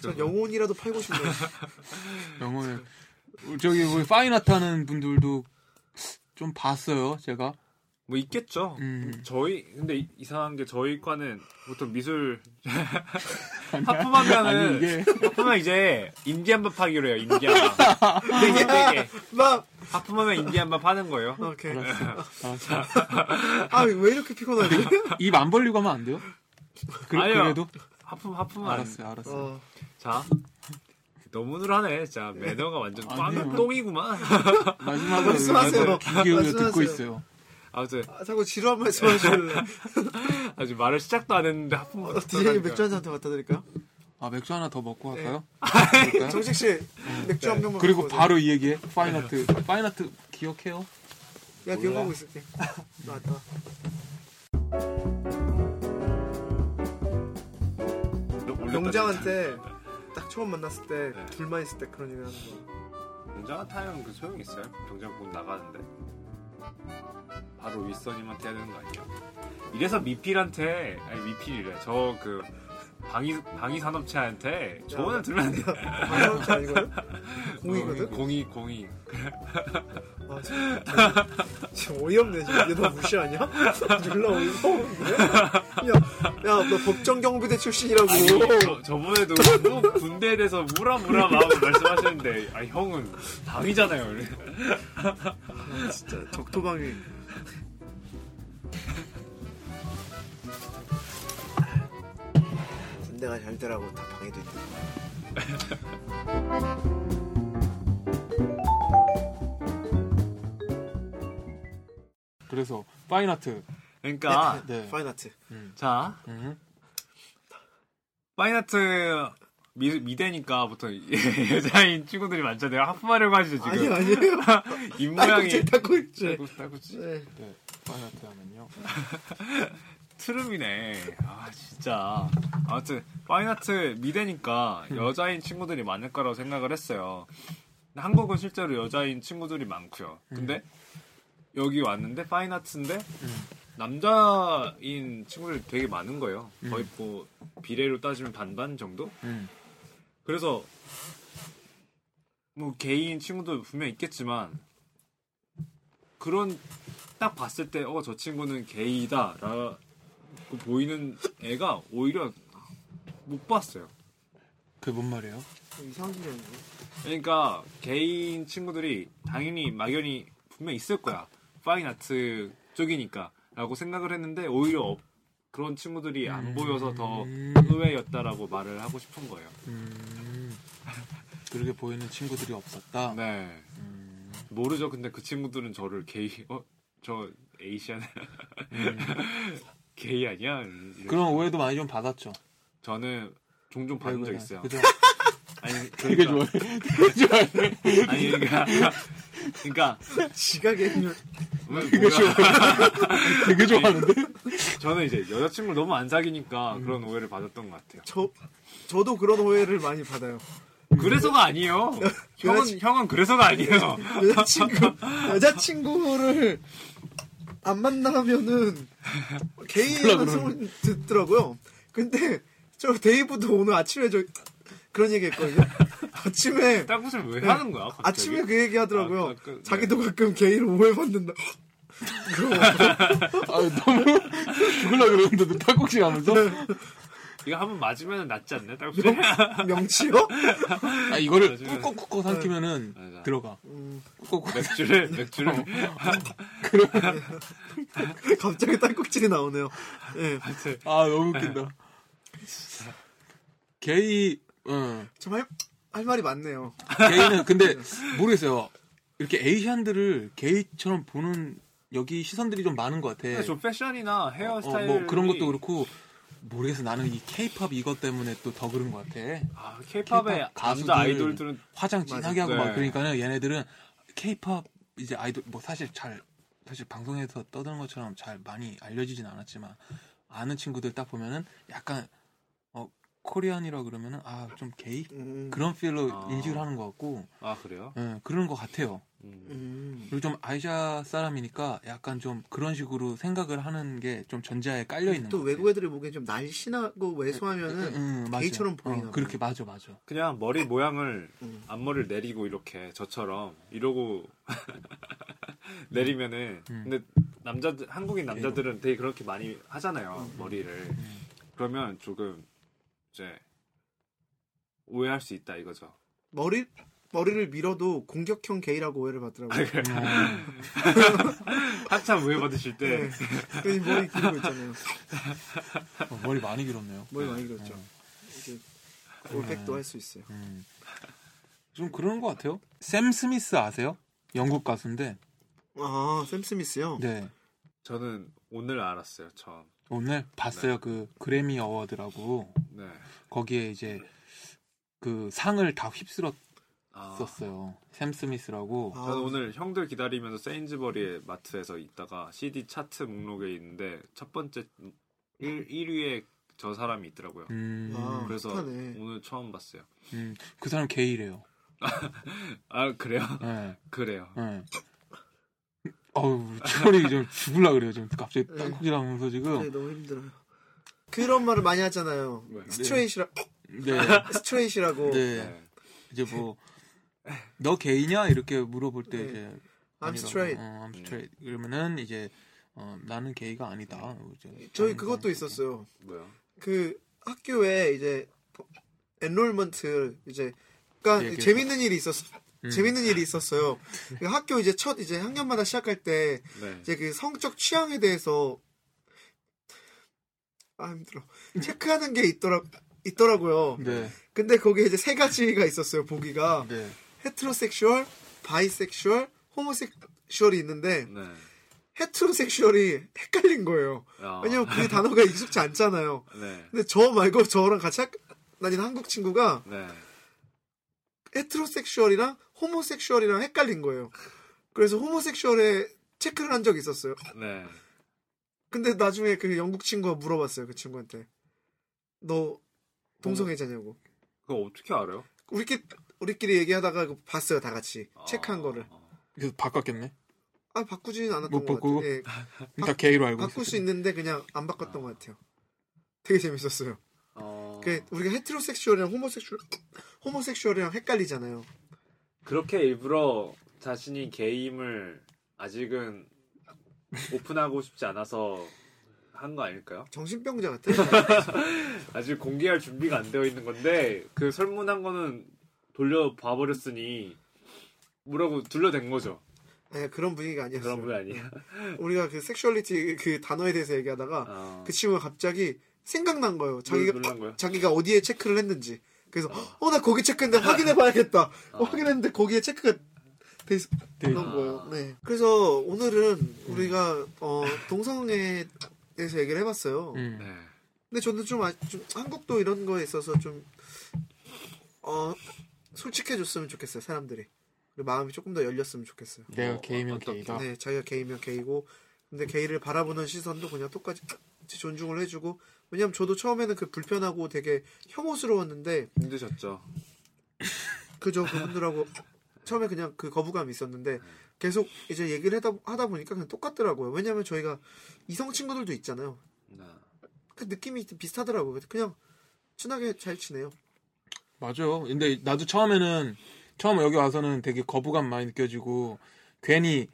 Speaker 2: 전 영혼이라도 팔고 싶네요.
Speaker 1: 영어에 저기 우리 파인아트 하는 분들도 좀 봤어요, 제가.
Speaker 3: 뭐 있겠죠.
Speaker 1: 음.
Speaker 3: 저희 근데 이- 이상한 게 저희 과는 보통 미술 하품하면은
Speaker 2: 네.
Speaker 1: 아니 이게
Speaker 3: 하품하면 이제 인디안밥 하기로 해요. 인디안밥. 근데 이게 되게
Speaker 2: 막
Speaker 3: 하품하면 인디안밥 하는 거예요.
Speaker 2: 오케이.
Speaker 1: 알았어. 알았어.
Speaker 2: 아 왜 이렇게 피곤하지?
Speaker 1: 입 안 벌리고 하면 안 돼요? 그,
Speaker 3: 아니요.
Speaker 1: 래도
Speaker 3: 하품 하품은 안
Speaker 1: 알았어요, 알았어요.
Speaker 2: 음. 어,
Speaker 3: 자. 너무들 하네. 자, 매너가 완전
Speaker 1: 아니에요.
Speaker 3: 꽝
Speaker 2: 뭐.
Speaker 3: 똥이구만.
Speaker 1: 마지막으로
Speaker 2: 말씀하세요.
Speaker 1: 여러분 귀 기울여 듣고
Speaker 2: 네, 말씀하세요.
Speaker 1: 있어요.
Speaker 3: 아무튼
Speaker 2: 아, 자꾸 지루한 말씀 하실래?
Speaker 3: 아주 말을 시작도 안 했는데 하품
Speaker 2: 아, 어, 디제이 맥주 한 잔 더 갖다 드릴까요?
Speaker 1: 아 맥주 하나 더 먹고
Speaker 2: 네.
Speaker 1: 할까요? 그럴까요?
Speaker 2: 정식 씨 맥주 한 병만
Speaker 1: 그리고
Speaker 2: 갖고 오세요. 네.
Speaker 1: 바로 이 얘기해. 파인아트. 파인아트 기억해요?
Speaker 2: 야 기억하고 있을게 나왔다 영장한테 딱 처음 만났을 때
Speaker 3: 네.
Speaker 2: 둘만 있을 때 그런 얘기 하는 거
Speaker 3: 병장 타면 그 소용이 있어요? 병장 곧 나가는데 바로 윗선님한테 해야 되는 거 아니에요? 이래서 미필한테 아니 미필이래 저 그 방위 방위 산업체한테 조언을 들으면 안 돼요.
Speaker 2: 방송한 게 아니고요? 어, 공이거든?
Speaker 3: 공이 공이
Speaker 2: 아, 지금, 뭐, 지금 어이없네 지금 얘너 무시하냐? 졸라 어이없네 야너 법정경비대 출신이라고
Speaker 3: 아니, 저, 저번에도 또 군대에 대해서 무라무라 마음을 말씀하시는데 아 형은 방위잖아요. 이래.
Speaker 2: 진짜 적토방위 군대가 잘 되라고 다 방해도 있다
Speaker 1: 그래서 파인아트.
Speaker 3: 그러니까
Speaker 1: 네.
Speaker 2: 파인아트
Speaker 3: 자
Speaker 1: 음.
Speaker 3: 파인아트 미, 미대니까 보통 여자인 친구들이 많잖아요. 하품하려고 하시죠 지금.
Speaker 2: 아니 아니에요
Speaker 3: 입
Speaker 2: 딸꾹질 딸꾹질
Speaker 3: 모양이 딸꾹질, 딸꾹질.
Speaker 2: 네.
Speaker 1: 네. 파인아트 하면요.
Speaker 3: 트름이네. 아 진짜. 아무튼 파인아트 미대니까 여자인 친구들이 많을 거라고 생각을 했어요. 근데 한국은 실제로 여자인 친구들이 많고요. 근데 여기 왔는데 파인아트인데 남자인 친구들 되게 많은 거예요. 거의 뭐 비례로 따지면 반반 정도?
Speaker 1: 음.
Speaker 3: 그래서 뭐 게이인 친구도 분명 있겠지만 그런 딱 봤을 때 어 저 친구는 게이다라고 보이는 애가 오히려 못 봤어요.
Speaker 1: 그게 뭔 말이에요?
Speaker 2: 뭐 이상한 소리 하는
Speaker 3: 그러니까 개인 친구들이 당연히 막연히 분명 있을 거야. 파인 아트 쪽이니까라고 생각을 했는데 오히려 없- 그런 친구들이 안 보여서 더
Speaker 1: 음.
Speaker 3: 의외였다라고 말을 하고 싶은 거예요.
Speaker 1: 음. 그렇게 보이는 친구들이 없었다.
Speaker 3: 네.
Speaker 1: 음.
Speaker 3: 모르죠. 근데 그 친구들은 저를 게이 어 저 에이시안 게이 아니야? 이렇게.
Speaker 1: 음. 그런 오해도 많이 좀 받았죠.
Speaker 3: 저는 종종 받은 적
Speaker 1: 그거는.
Speaker 3: 있어요.
Speaker 1: 그죠?
Speaker 3: 아니
Speaker 1: 되게 좋아해.
Speaker 3: 그러니까,
Speaker 1: 되게 좋아해.
Speaker 3: 아니 그러니까 그러니까
Speaker 2: 거. 지각에
Speaker 3: 왜
Speaker 1: 되게
Speaker 3: 뭐야.
Speaker 1: 좋아해. 되게 좋아하는데?
Speaker 3: 저는 이제 여자친구를 너무 안 사귀니까
Speaker 1: 음.
Speaker 3: 그런 오해를 받았던 것 같아요.
Speaker 2: 저 저도 그런 오해를 많이 받아요.
Speaker 1: 음.
Speaker 3: 그래서가 아니에요. 형은,
Speaker 2: 여자친-
Speaker 3: 형은 그래서가 아니에요.
Speaker 2: 여자친구 여자친구를 안 만나면은
Speaker 1: 몰라,
Speaker 2: 게이라는 소리 듣더라고요. 근데 저 데이브도 오늘 아침에 저 그런 얘기했거든요. 아침에
Speaker 3: 딱 무슨 왜 하는 거야? 갑자기?
Speaker 2: 아침에 그 얘기
Speaker 3: 아,
Speaker 2: 하더라고요.
Speaker 3: 그- 그-
Speaker 2: 자기도 가끔 게이를 오해받는다.
Speaker 1: 아, 너무 죽을라 그러는데도 탈곡식 하면서?
Speaker 3: 이거 한번 맞으면 낫지 않나? 딱
Speaker 2: 어, 명치요?
Speaker 1: 아, 이거를 꾹꾹꾹꾹 삼키면은
Speaker 3: 맞아.
Speaker 1: 들어가.
Speaker 2: 음,
Speaker 1: 꾹꾹꾹.
Speaker 3: 맥주를
Speaker 1: 어,
Speaker 3: 맥주를
Speaker 2: 갑자기 딸꾹질이 나오네요. 예.
Speaker 1: 아, 너무 웃긴다. 게이, 응.
Speaker 2: 정말 할 말이 많네요.
Speaker 1: 게이는 근데 모르겠어요. 이렇게 에이시안들을 게이처럼 보는 여기 시선들이 좀 많은 것 같아.
Speaker 3: 근데 저 패션이나
Speaker 1: 네.
Speaker 3: 헤어
Speaker 1: 어,
Speaker 3: 스타일
Speaker 1: 뭐 그런 것도 그렇고 모르겠어. 나는 이 케이팝 이것 때문에 또 더 그런 것 같아.
Speaker 3: 아, 케이팝의
Speaker 1: K-pop 가수들.
Speaker 3: 남자 아이돌들은
Speaker 1: 화장 진하게 하고
Speaker 3: 맞아.
Speaker 1: 막 그러니까는 얘네들은 케이팝 이제 아이돌 뭐 사실 잘 사실 방송에서 떠드는 것처럼 잘 많이 알려지진 않았지만 아는 친구들 딱 보면은 약간 어 코리안이라 그러면은 아 좀 게이
Speaker 2: 음,
Speaker 1: 그런 필로
Speaker 3: 아.
Speaker 1: 인식을 하는 것 같고
Speaker 3: 아 그래요?
Speaker 1: 예, 그런 것 같아요.
Speaker 3: 음.
Speaker 2: 음,
Speaker 1: 그리고 좀 아시아 사람이니까 약간 좀 그런 식으로 생각을 하는 게 좀 전자에 깔려 있는
Speaker 2: 또 외국 애들이 보기엔 좀 날씬하고 왜소하면은
Speaker 1: 음, 맞아.
Speaker 2: 게이처럼 보이나
Speaker 1: 어, 그렇게 맞아 맞아.
Speaker 3: 그냥 머리 모양을
Speaker 2: 음.
Speaker 3: 앞머리를 내리고 이렇게 저처럼 이러고 내리면은
Speaker 1: 음.
Speaker 3: 근데 남자들 한국인 남자들은 되게 그렇게 많이 하잖아요 머리를
Speaker 1: 음.
Speaker 3: 그러면 조금 이제 오해할 수 있다 이거죠
Speaker 2: 머리 머리를 밀어도 공격형 게이라고 오해를 받더라고요.
Speaker 1: 음,
Speaker 3: 한참 오해 받으실 때
Speaker 2: 네. 그 머리 길고 있잖아요.
Speaker 1: 어, 머리 많이 길었네요.
Speaker 2: 머리 많이 길었죠. 이렇게 올백도 할 수 있어요.
Speaker 1: 음. 좀 그런 것 같아요. 샘 스미스 아세요? 영국 가수인데.
Speaker 2: 아, 샘 스미스요?
Speaker 1: 네.
Speaker 3: 저는 오늘 알았어요 처음
Speaker 1: 오늘 봤어요. 그 그래미 어워드라고
Speaker 3: 네
Speaker 1: 거기에 이제 그 상을 다 휩쓸었었어요.
Speaker 3: 아,
Speaker 1: 샘 스미스라고.
Speaker 2: 아,
Speaker 3: 저는 오늘 형들 기다리면서 세인즈버리의 마트에서 있다가 CD 차트 목록에 있는데 첫 번째 1, 1위에 저 사람이 있더라고요
Speaker 1: 음,
Speaker 2: 아.
Speaker 3: 그래서
Speaker 2: 착하네.
Speaker 3: 오늘 처음 봤어요.
Speaker 1: 음, 그 사람 게이래요.
Speaker 3: 아 그래요?
Speaker 1: 예,
Speaker 3: 그래요.
Speaker 1: 예. 어우, 철이 좀 죽을라 그래요. 지금 갑자기 땅콩질하면서
Speaker 2: 네,
Speaker 1: 지금.
Speaker 2: 너무 힘들어요. 그런 말을 많이 하잖아요.
Speaker 3: 왜?
Speaker 2: 스트레이시라
Speaker 1: 네,
Speaker 2: 스트레이시라고.
Speaker 1: 네.
Speaker 3: 네. 네.
Speaker 1: 이제 뭐, 너 게이냐? 이렇게 물어볼 때
Speaker 2: 네.
Speaker 1: 이제
Speaker 2: I'm straight.
Speaker 1: 어, I'm straight. 그러면은 이제 어, 나는 게이가 아니다.
Speaker 3: 네.
Speaker 1: 이제
Speaker 2: 저희
Speaker 1: 다른
Speaker 2: 그것도
Speaker 1: 사람.
Speaker 2: 있었어요.
Speaker 3: 뭐야?
Speaker 2: 그 학교에 이제 엔롤먼트 이제
Speaker 3: 네,
Speaker 2: 그러니까
Speaker 1: 얘기해서.
Speaker 2: 재밌는 일이 있었어.
Speaker 1: 음.
Speaker 2: 재밌는 일이 있었어요. 그 학교 이제 첫 이제 학년마다 시작할 때
Speaker 3: 네.
Speaker 2: 이제 그 성적 취향에 대해서 아 힘들어 체크하는 게 있더라 있더라고요.
Speaker 1: 네,
Speaker 2: 근데 거기에 이제 세 가지가 있었어요 보기가
Speaker 1: 네.
Speaker 2: 헤트로섹슈얼, 바이섹슈얼, 호모섹슈얼이 있는데
Speaker 3: 네.
Speaker 2: 헤트로섹슈얼이 헷갈린 거예요.
Speaker 3: 아,
Speaker 2: 왜냐면 그 단어가 익숙치 않잖아요.
Speaker 3: 네.
Speaker 2: 근데 저 말고 저랑 같이 학, 다닌 한국 친구가
Speaker 3: 네.
Speaker 2: 헤트로섹슈얼이랑 호모섹슈얼이랑 헷갈린 거예요. 그래서 호모섹슈얼에 체크를 한 적이 있었어요.
Speaker 3: 네.
Speaker 2: 근데 나중에 그 영국 친구가 물어봤어요. 그 친구한테. 너 동성애자냐고.
Speaker 3: 그거 어떻게 알아요?
Speaker 2: 우리끼리, 우리끼리 얘기하다가 봤어요. 다 같이. 체크한
Speaker 3: 아,
Speaker 2: 거를.
Speaker 3: 아.
Speaker 1: 그래서 바꿨겠네.
Speaker 2: 아 바꾸지는 않았던
Speaker 1: 못
Speaker 2: 것
Speaker 1: 바꾸고?
Speaker 2: 같아요. 예,
Speaker 1: 다 게이로 알고
Speaker 2: 바꿀 수
Speaker 1: 있었어요.
Speaker 2: 있는데 그냥 안 바꿨던 것 같아요. 되게 재밌었어요.
Speaker 3: 어,
Speaker 2: 그 우리가 헤트로섹슈얼이랑 호모섹슈얼 호모섹슈얼이랑 헷갈리잖아요.
Speaker 3: 그렇게 일부러 자신이 게임을 아직은 오픈하고 싶지 않아서 한 거 아닐까요?
Speaker 2: 정신병자 같아요.
Speaker 3: 아직 공개할 준비가 안 되어 있는 건데 그 설문한 거는 돌려봐 버렸으니 뭐라고 둘러댄 거죠.
Speaker 2: 예, 그런 분위기가 아니었어요.
Speaker 3: 그런 분 아니야.
Speaker 2: 우리가 그 섹슈얼리티 그 단어에 대해서 얘기하다가
Speaker 3: 어,
Speaker 2: 그 친구가 갑자기 생각난 거예요. 자기가
Speaker 3: 놀란 거야?
Speaker 2: 자기가 어디에 체크를 했는지. 그래서 어 나 거기 체크했는데 확인해 봐야겠다.
Speaker 3: 어.
Speaker 2: 확인했는데 거기에 체크가 돼 있-
Speaker 1: 네.
Speaker 2: 그런 거예요.
Speaker 3: 아.
Speaker 2: 네. 그래서 오늘은 우리가 어, 동성애에 대해서 얘기를 해봤어요.
Speaker 1: 음.
Speaker 3: 네.
Speaker 2: 근데 저는 좀, 아, 좀 한국도 이런 거에 있어서 좀 어, 솔직해졌으면 좋겠어요. 사람들이 그리고 마음이 조금 더 열렸으면 좋겠어요.
Speaker 1: 내가
Speaker 3: 어,
Speaker 1: 게이면
Speaker 3: 어떻게-
Speaker 1: 게이다.
Speaker 2: 네, 자기가 게이면 게이고 근데 게이를 바라보는 시선도 그냥 똑같이 존중을 해주고 왜냐면 저도 처음에는 그 불편하고 되게 혐오스러웠는데
Speaker 3: 힘드셨죠.
Speaker 2: 그저 그분들하고 처음에 그냥 그 거부감이 있었는데 계속 이제 얘기를 하다, 하다 보니까 그냥 똑같더라고요. 왜냐면 저희가 이성 친구들도 있잖아요.
Speaker 3: 나.
Speaker 2: 그 느낌이 비슷하더라고요. 그냥 친하게 잘 지내요.
Speaker 1: 맞아요. 근데 나도 처음에는 처음 여기 와서는 되게 거부감 많이 느껴지고 괜히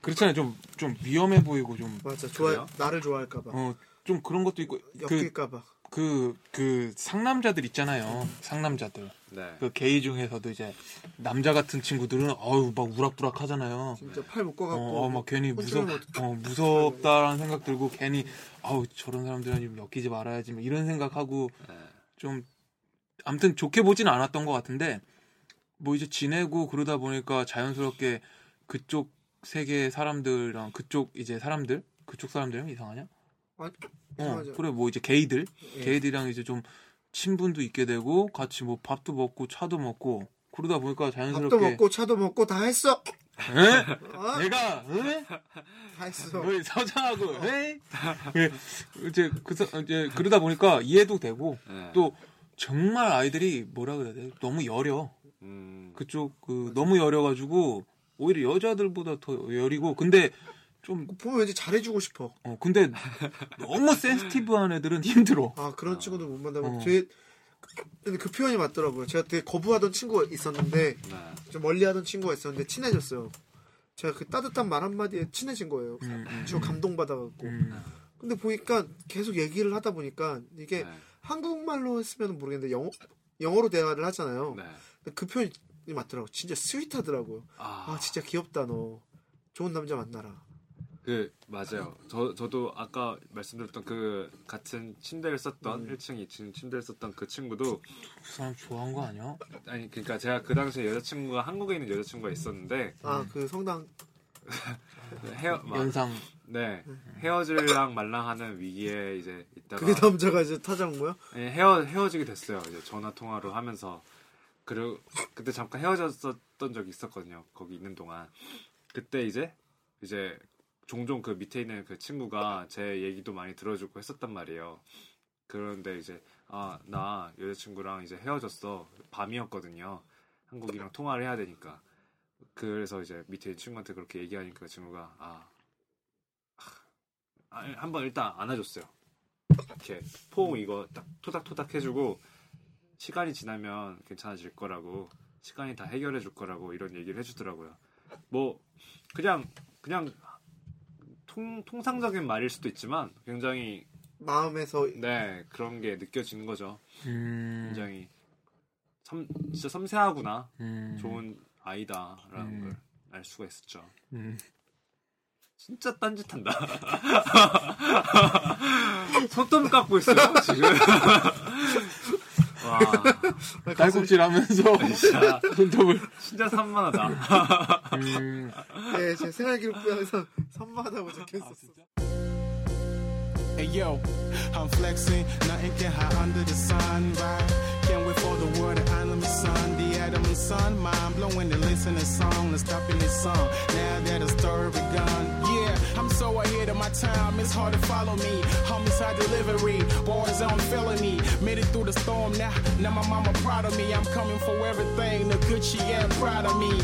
Speaker 1: 그렇잖아요. 좀 좀 위험해 보이고 좀 어 좀
Speaker 2: 맞아. 좋아
Speaker 3: 그래요?
Speaker 2: 나를 좋아할까봐.
Speaker 1: 그런 것도 있고 어, 그
Speaker 2: 엮일까봐.
Speaker 1: 그, 그 상남자들 있잖아요. 상남자들.
Speaker 3: 네.
Speaker 1: 그 게이 중에서도 이제 남자 같은 친구들은 어우 막 우락부락 하잖아요.
Speaker 2: 진짜 팔 묶어갖고.
Speaker 1: 어, 어, 막 괜히 무섭,
Speaker 2: 혼쭐을 못-
Speaker 1: 어, 무섭다라는 생각 들고 괜히 아우 저런 사람들은 좀 엮이지 말아야지 뭐 이런 생각하고
Speaker 3: 네.
Speaker 1: 좀 아무튼 좋게 보지는 않았던 것 같은데 뭐 이제 지내고 그러다 보니까 자연스럽게 그쪽 세계 사람들이랑 그쪽 이제 사람들 그쪽 사람들이면 이상하냐?
Speaker 2: 아,
Speaker 1: 어,
Speaker 2: 이상하죠.
Speaker 1: 그래 뭐 이제 게이들
Speaker 2: 예.
Speaker 1: 게이들이랑 이제 좀 친분도 있게 되고 같이 뭐 밥도 먹고 차도 먹고 그러다 보니까 자연스럽게
Speaker 2: 밥도 먹고 차도 먹고 다 했어.
Speaker 1: 에?
Speaker 2: 아,
Speaker 1: 내가 에?
Speaker 2: 다 했어.
Speaker 1: 뭘 서장하고 에? 예, 이제 그 사- 이제 그러다 보니까 이해도 되고
Speaker 3: 네.
Speaker 1: 또 정말 아이들이 뭐라 그래야 돼 너무 여려
Speaker 3: 음.
Speaker 1: 그쪽 그 너무 여려가지고 오히려 여자들보다 더 여리고 근데 좀
Speaker 2: 보면 왠지 잘해주고 싶어.
Speaker 1: 어, 근데 너무 센스티브한 애들은 힘들어
Speaker 2: 아 그런 친구들 못 만나면
Speaker 1: 어.
Speaker 2: 되게 근데 그 표현이 맞더라고요. 제가 되게 거부하던 친구가 있었는데
Speaker 3: 네.
Speaker 2: 좀 멀리하던 친구가 있었는데 친해졌어요. 제가 그 따뜻한 말 한마디에 친해진 거예요.
Speaker 1: 음, 음,
Speaker 2: 저 감동받아갖고.
Speaker 1: 음.
Speaker 2: 근데 보니까 계속 얘기를 하다 보니까 이게
Speaker 3: 네.
Speaker 2: 한국말로 했으면 모르겠는데 영어 영어로 대화를 하잖아요.
Speaker 3: 네.
Speaker 2: 근데 그 표현이 맞더라고. 진짜 스윗하더라고요.
Speaker 3: 아,
Speaker 2: 아 진짜 귀엽다 너. 좋은 남자 만나라.
Speaker 3: 그 맞아요. 저 저도 아까 말씀드렸던 그 같은 침대를 썼던
Speaker 1: 음.
Speaker 3: 1층, 2층 침대를 썼던 그 친구도
Speaker 1: 그 사람 좋아한 거 아니야?
Speaker 3: 아니 그러니까 제가 그 당시에 여자친구가 한국에 있는 여자친구가 있었는데 그
Speaker 2: 아 그 성당
Speaker 3: 헤어 막,
Speaker 1: 연상
Speaker 3: 네 헤어질랑 말랑 하는 위기에 이제 있다가
Speaker 2: 그 남자가 이제 타장 뭐야?
Speaker 3: 예, 헤어 헤어지게 됐어요. 이제 전화 통화로 하면서 그리고 그때 잠깐 헤어졌었던 적이 있었거든요. 거기 있는 동안 그때 이제 이제 종종 그 밑에 있는 그 친구가 제 얘기도 많이 들어주고 했었단 말이에요. 그런데 이제 아 나 여자친구랑 이제 헤어졌어 밤이었거든요. 한국이랑 통화를 해야 되니까 그래서 이제 밑에 있는 친구한테 그렇게 얘기하니까 그 친구가 아, 아 한번 일단 안아줬어요. 이렇게 포옹 이거 딱 토닥토닥 해주고 시간이 지나면 괜찮아질 거라고 시간이 다 해결해 줄 거라고 이런 얘기를 해주더라고요. 뭐 그냥 그냥 통, 통상적인 말일 수도 있지만 굉장히
Speaker 2: 마음에서
Speaker 3: 네 그런 게 느껴지는 거죠.
Speaker 1: 음,
Speaker 3: 굉장히 섬, 진짜 섬세하구나
Speaker 1: 음,
Speaker 3: 좋은 아이다라는
Speaker 1: 음.
Speaker 3: 걸 알 수가 있었죠.
Speaker 1: 음.
Speaker 3: 진짜 딴짓한다. 손톱 깎고 있어요 지금. 와
Speaker 1: 딸꾹질 하면서
Speaker 3: 진짜
Speaker 1: 손톱을
Speaker 3: 진짜 산만하다.
Speaker 1: 음.
Speaker 2: 예, 제 생활 기록부에 항상 산만하다고
Speaker 3: 아,
Speaker 2: 적혀있었어.
Speaker 4: Hey yo, I'm flexing, nothing can hide under the sun, right? Can't wait for the world to honor my son, the Adam and son, mind blowing and listening song, and stopping this song. Now that the story begun, yeah, I'm so ahead of my time, it's hard to follow me. Homicide delivery, boys on felony, made it through the storm now. Now my mama proud of me, I'm coming for everything, the Gucci and proud of me.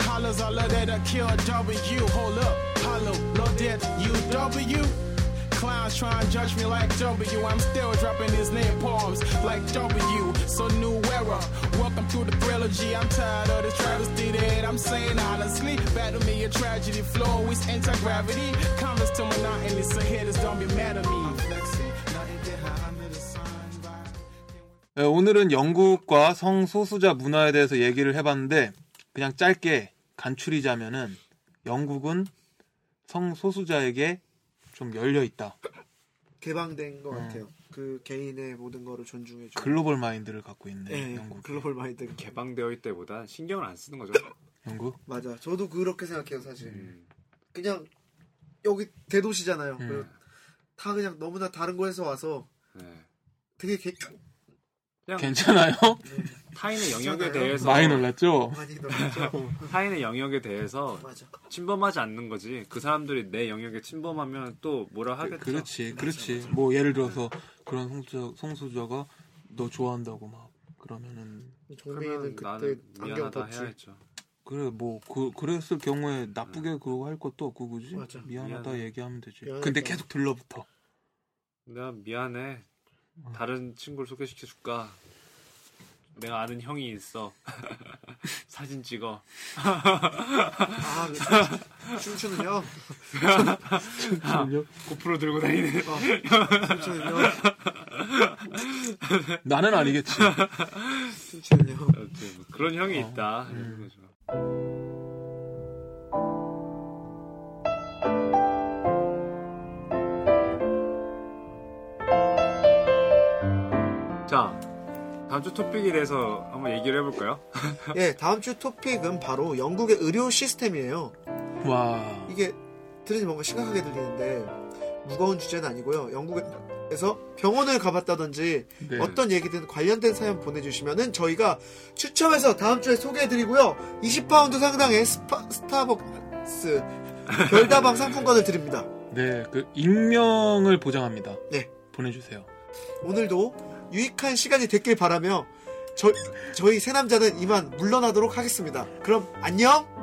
Speaker 4: Holla dollars, all of that I killed. W, hold up, hollow, low death, UW. Clowns try and judge me like W. I'm still dropping his name palms like W. So new era, welcome to the trilogy. I'm tired of the travesty that I'm saying honestly. Battle me a tragedy, flow is anti-gravity. Comments to monotony, so haters don't be mad at me. I'm flexing, nothing get high under the sun. right?
Speaker 1: 네, 오늘은 영국과 성소수자 문화에 대해서 얘기를 해봤는데 그냥 짧게 간추리자면은 영국은 성소수자에게 좀 열려 있다.
Speaker 2: 개방된
Speaker 3: 네.
Speaker 2: 것 같아요. 그 개인의 모든 거를 존중해주고.
Speaker 1: 글로벌 마인드를 갖고 있네.
Speaker 2: 예,
Speaker 1: 영국.
Speaker 2: 글로벌 마인드.
Speaker 3: 개방되어 있을 때보다 신경을 안 쓰는 거죠.
Speaker 1: 영국.
Speaker 2: 맞아. 저도 그렇게 생각해요, 사실.
Speaker 3: 음.
Speaker 2: 그냥 여기 대도시잖아요.
Speaker 1: 음.
Speaker 2: 그리고 다 그냥 너무나 다른 곳에서 와서
Speaker 3: 네.
Speaker 2: 되게 개...
Speaker 3: 그냥
Speaker 1: 괜찮아요?
Speaker 3: 타인의 영역에
Speaker 2: 괜찮아요.
Speaker 3: 대해서
Speaker 1: 많이 놀랐죠?
Speaker 2: 많이 놀랐죠.
Speaker 3: 타인의 영역에 대해서
Speaker 2: 어, 맞아.
Speaker 3: 침범하지 않는 거지. 그 사람들이 내 영역에 침범하면 또 뭐라 하겠죠.
Speaker 1: 그렇지, 그렇지. 뭐 예를 들어서 그런 성수저, 성수저가 너 좋아한다고 막 그러면은
Speaker 2: 정민이는 그때
Speaker 3: 나는
Speaker 2: 안경
Speaker 3: 미안하다
Speaker 2: 벗지.
Speaker 3: 해야겠죠.
Speaker 1: 그래 뭐 그 그랬을 경우에 나쁘게 그러고 할 것도 없고 그지?
Speaker 2: 맞아.
Speaker 1: 미안하다
Speaker 3: 미안하다.
Speaker 1: 얘기하면 되지.
Speaker 2: 미안하다.
Speaker 1: 근데 계속 들러붙어.
Speaker 3: 내가 미안해. 다른 친구를 소개시켜 줄까? 내가 아는 형이 있어. 사진 찍어.
Speaker 2: 아, 그 춤- 춤추는요?
Speaker 3: 고프로 들고 다니는.
Speaker 2: 어, 춤추는요?
Speaker 1: 나는 아니겠지.
Speaker 2: 춤추는요?
Speaker 3: 아무튼 뭐 그런 형이 있다. 이런 거죠. 자, 다음 주 토픽에 대해서 한번 얘기를 해볼까요?
Speaker 2: 예, 다음 주 토픽은 바로 영국의 의료 시스템이에요.
Speaker 1: 와.
Speaker 2: 이게 들으니 뭔가 심각하게 들리는데 무거운 주제는 아니고요. 영국에서 병원을 가봤다든지
Speaker 1: 네.
Speaker 2: 어떤 얘기든 관련된 사연 보내주시면은 저희가 추첨해서 다음 주에 소개해드리고요. 20파운드 상당의 스파, 스타벅스 별다방 상품권을 드립니다.
Speaker 1: 네, 그 익명을 보장합니다.
Speaker 2: 네.
Speaker 1: 보내주세요.
Speaker 2: 오늘도 유익한 시간이 됐길 바라며 저, 저희 세 남자는 이만 물러나도록 하겠습니다. 그럼 안녕!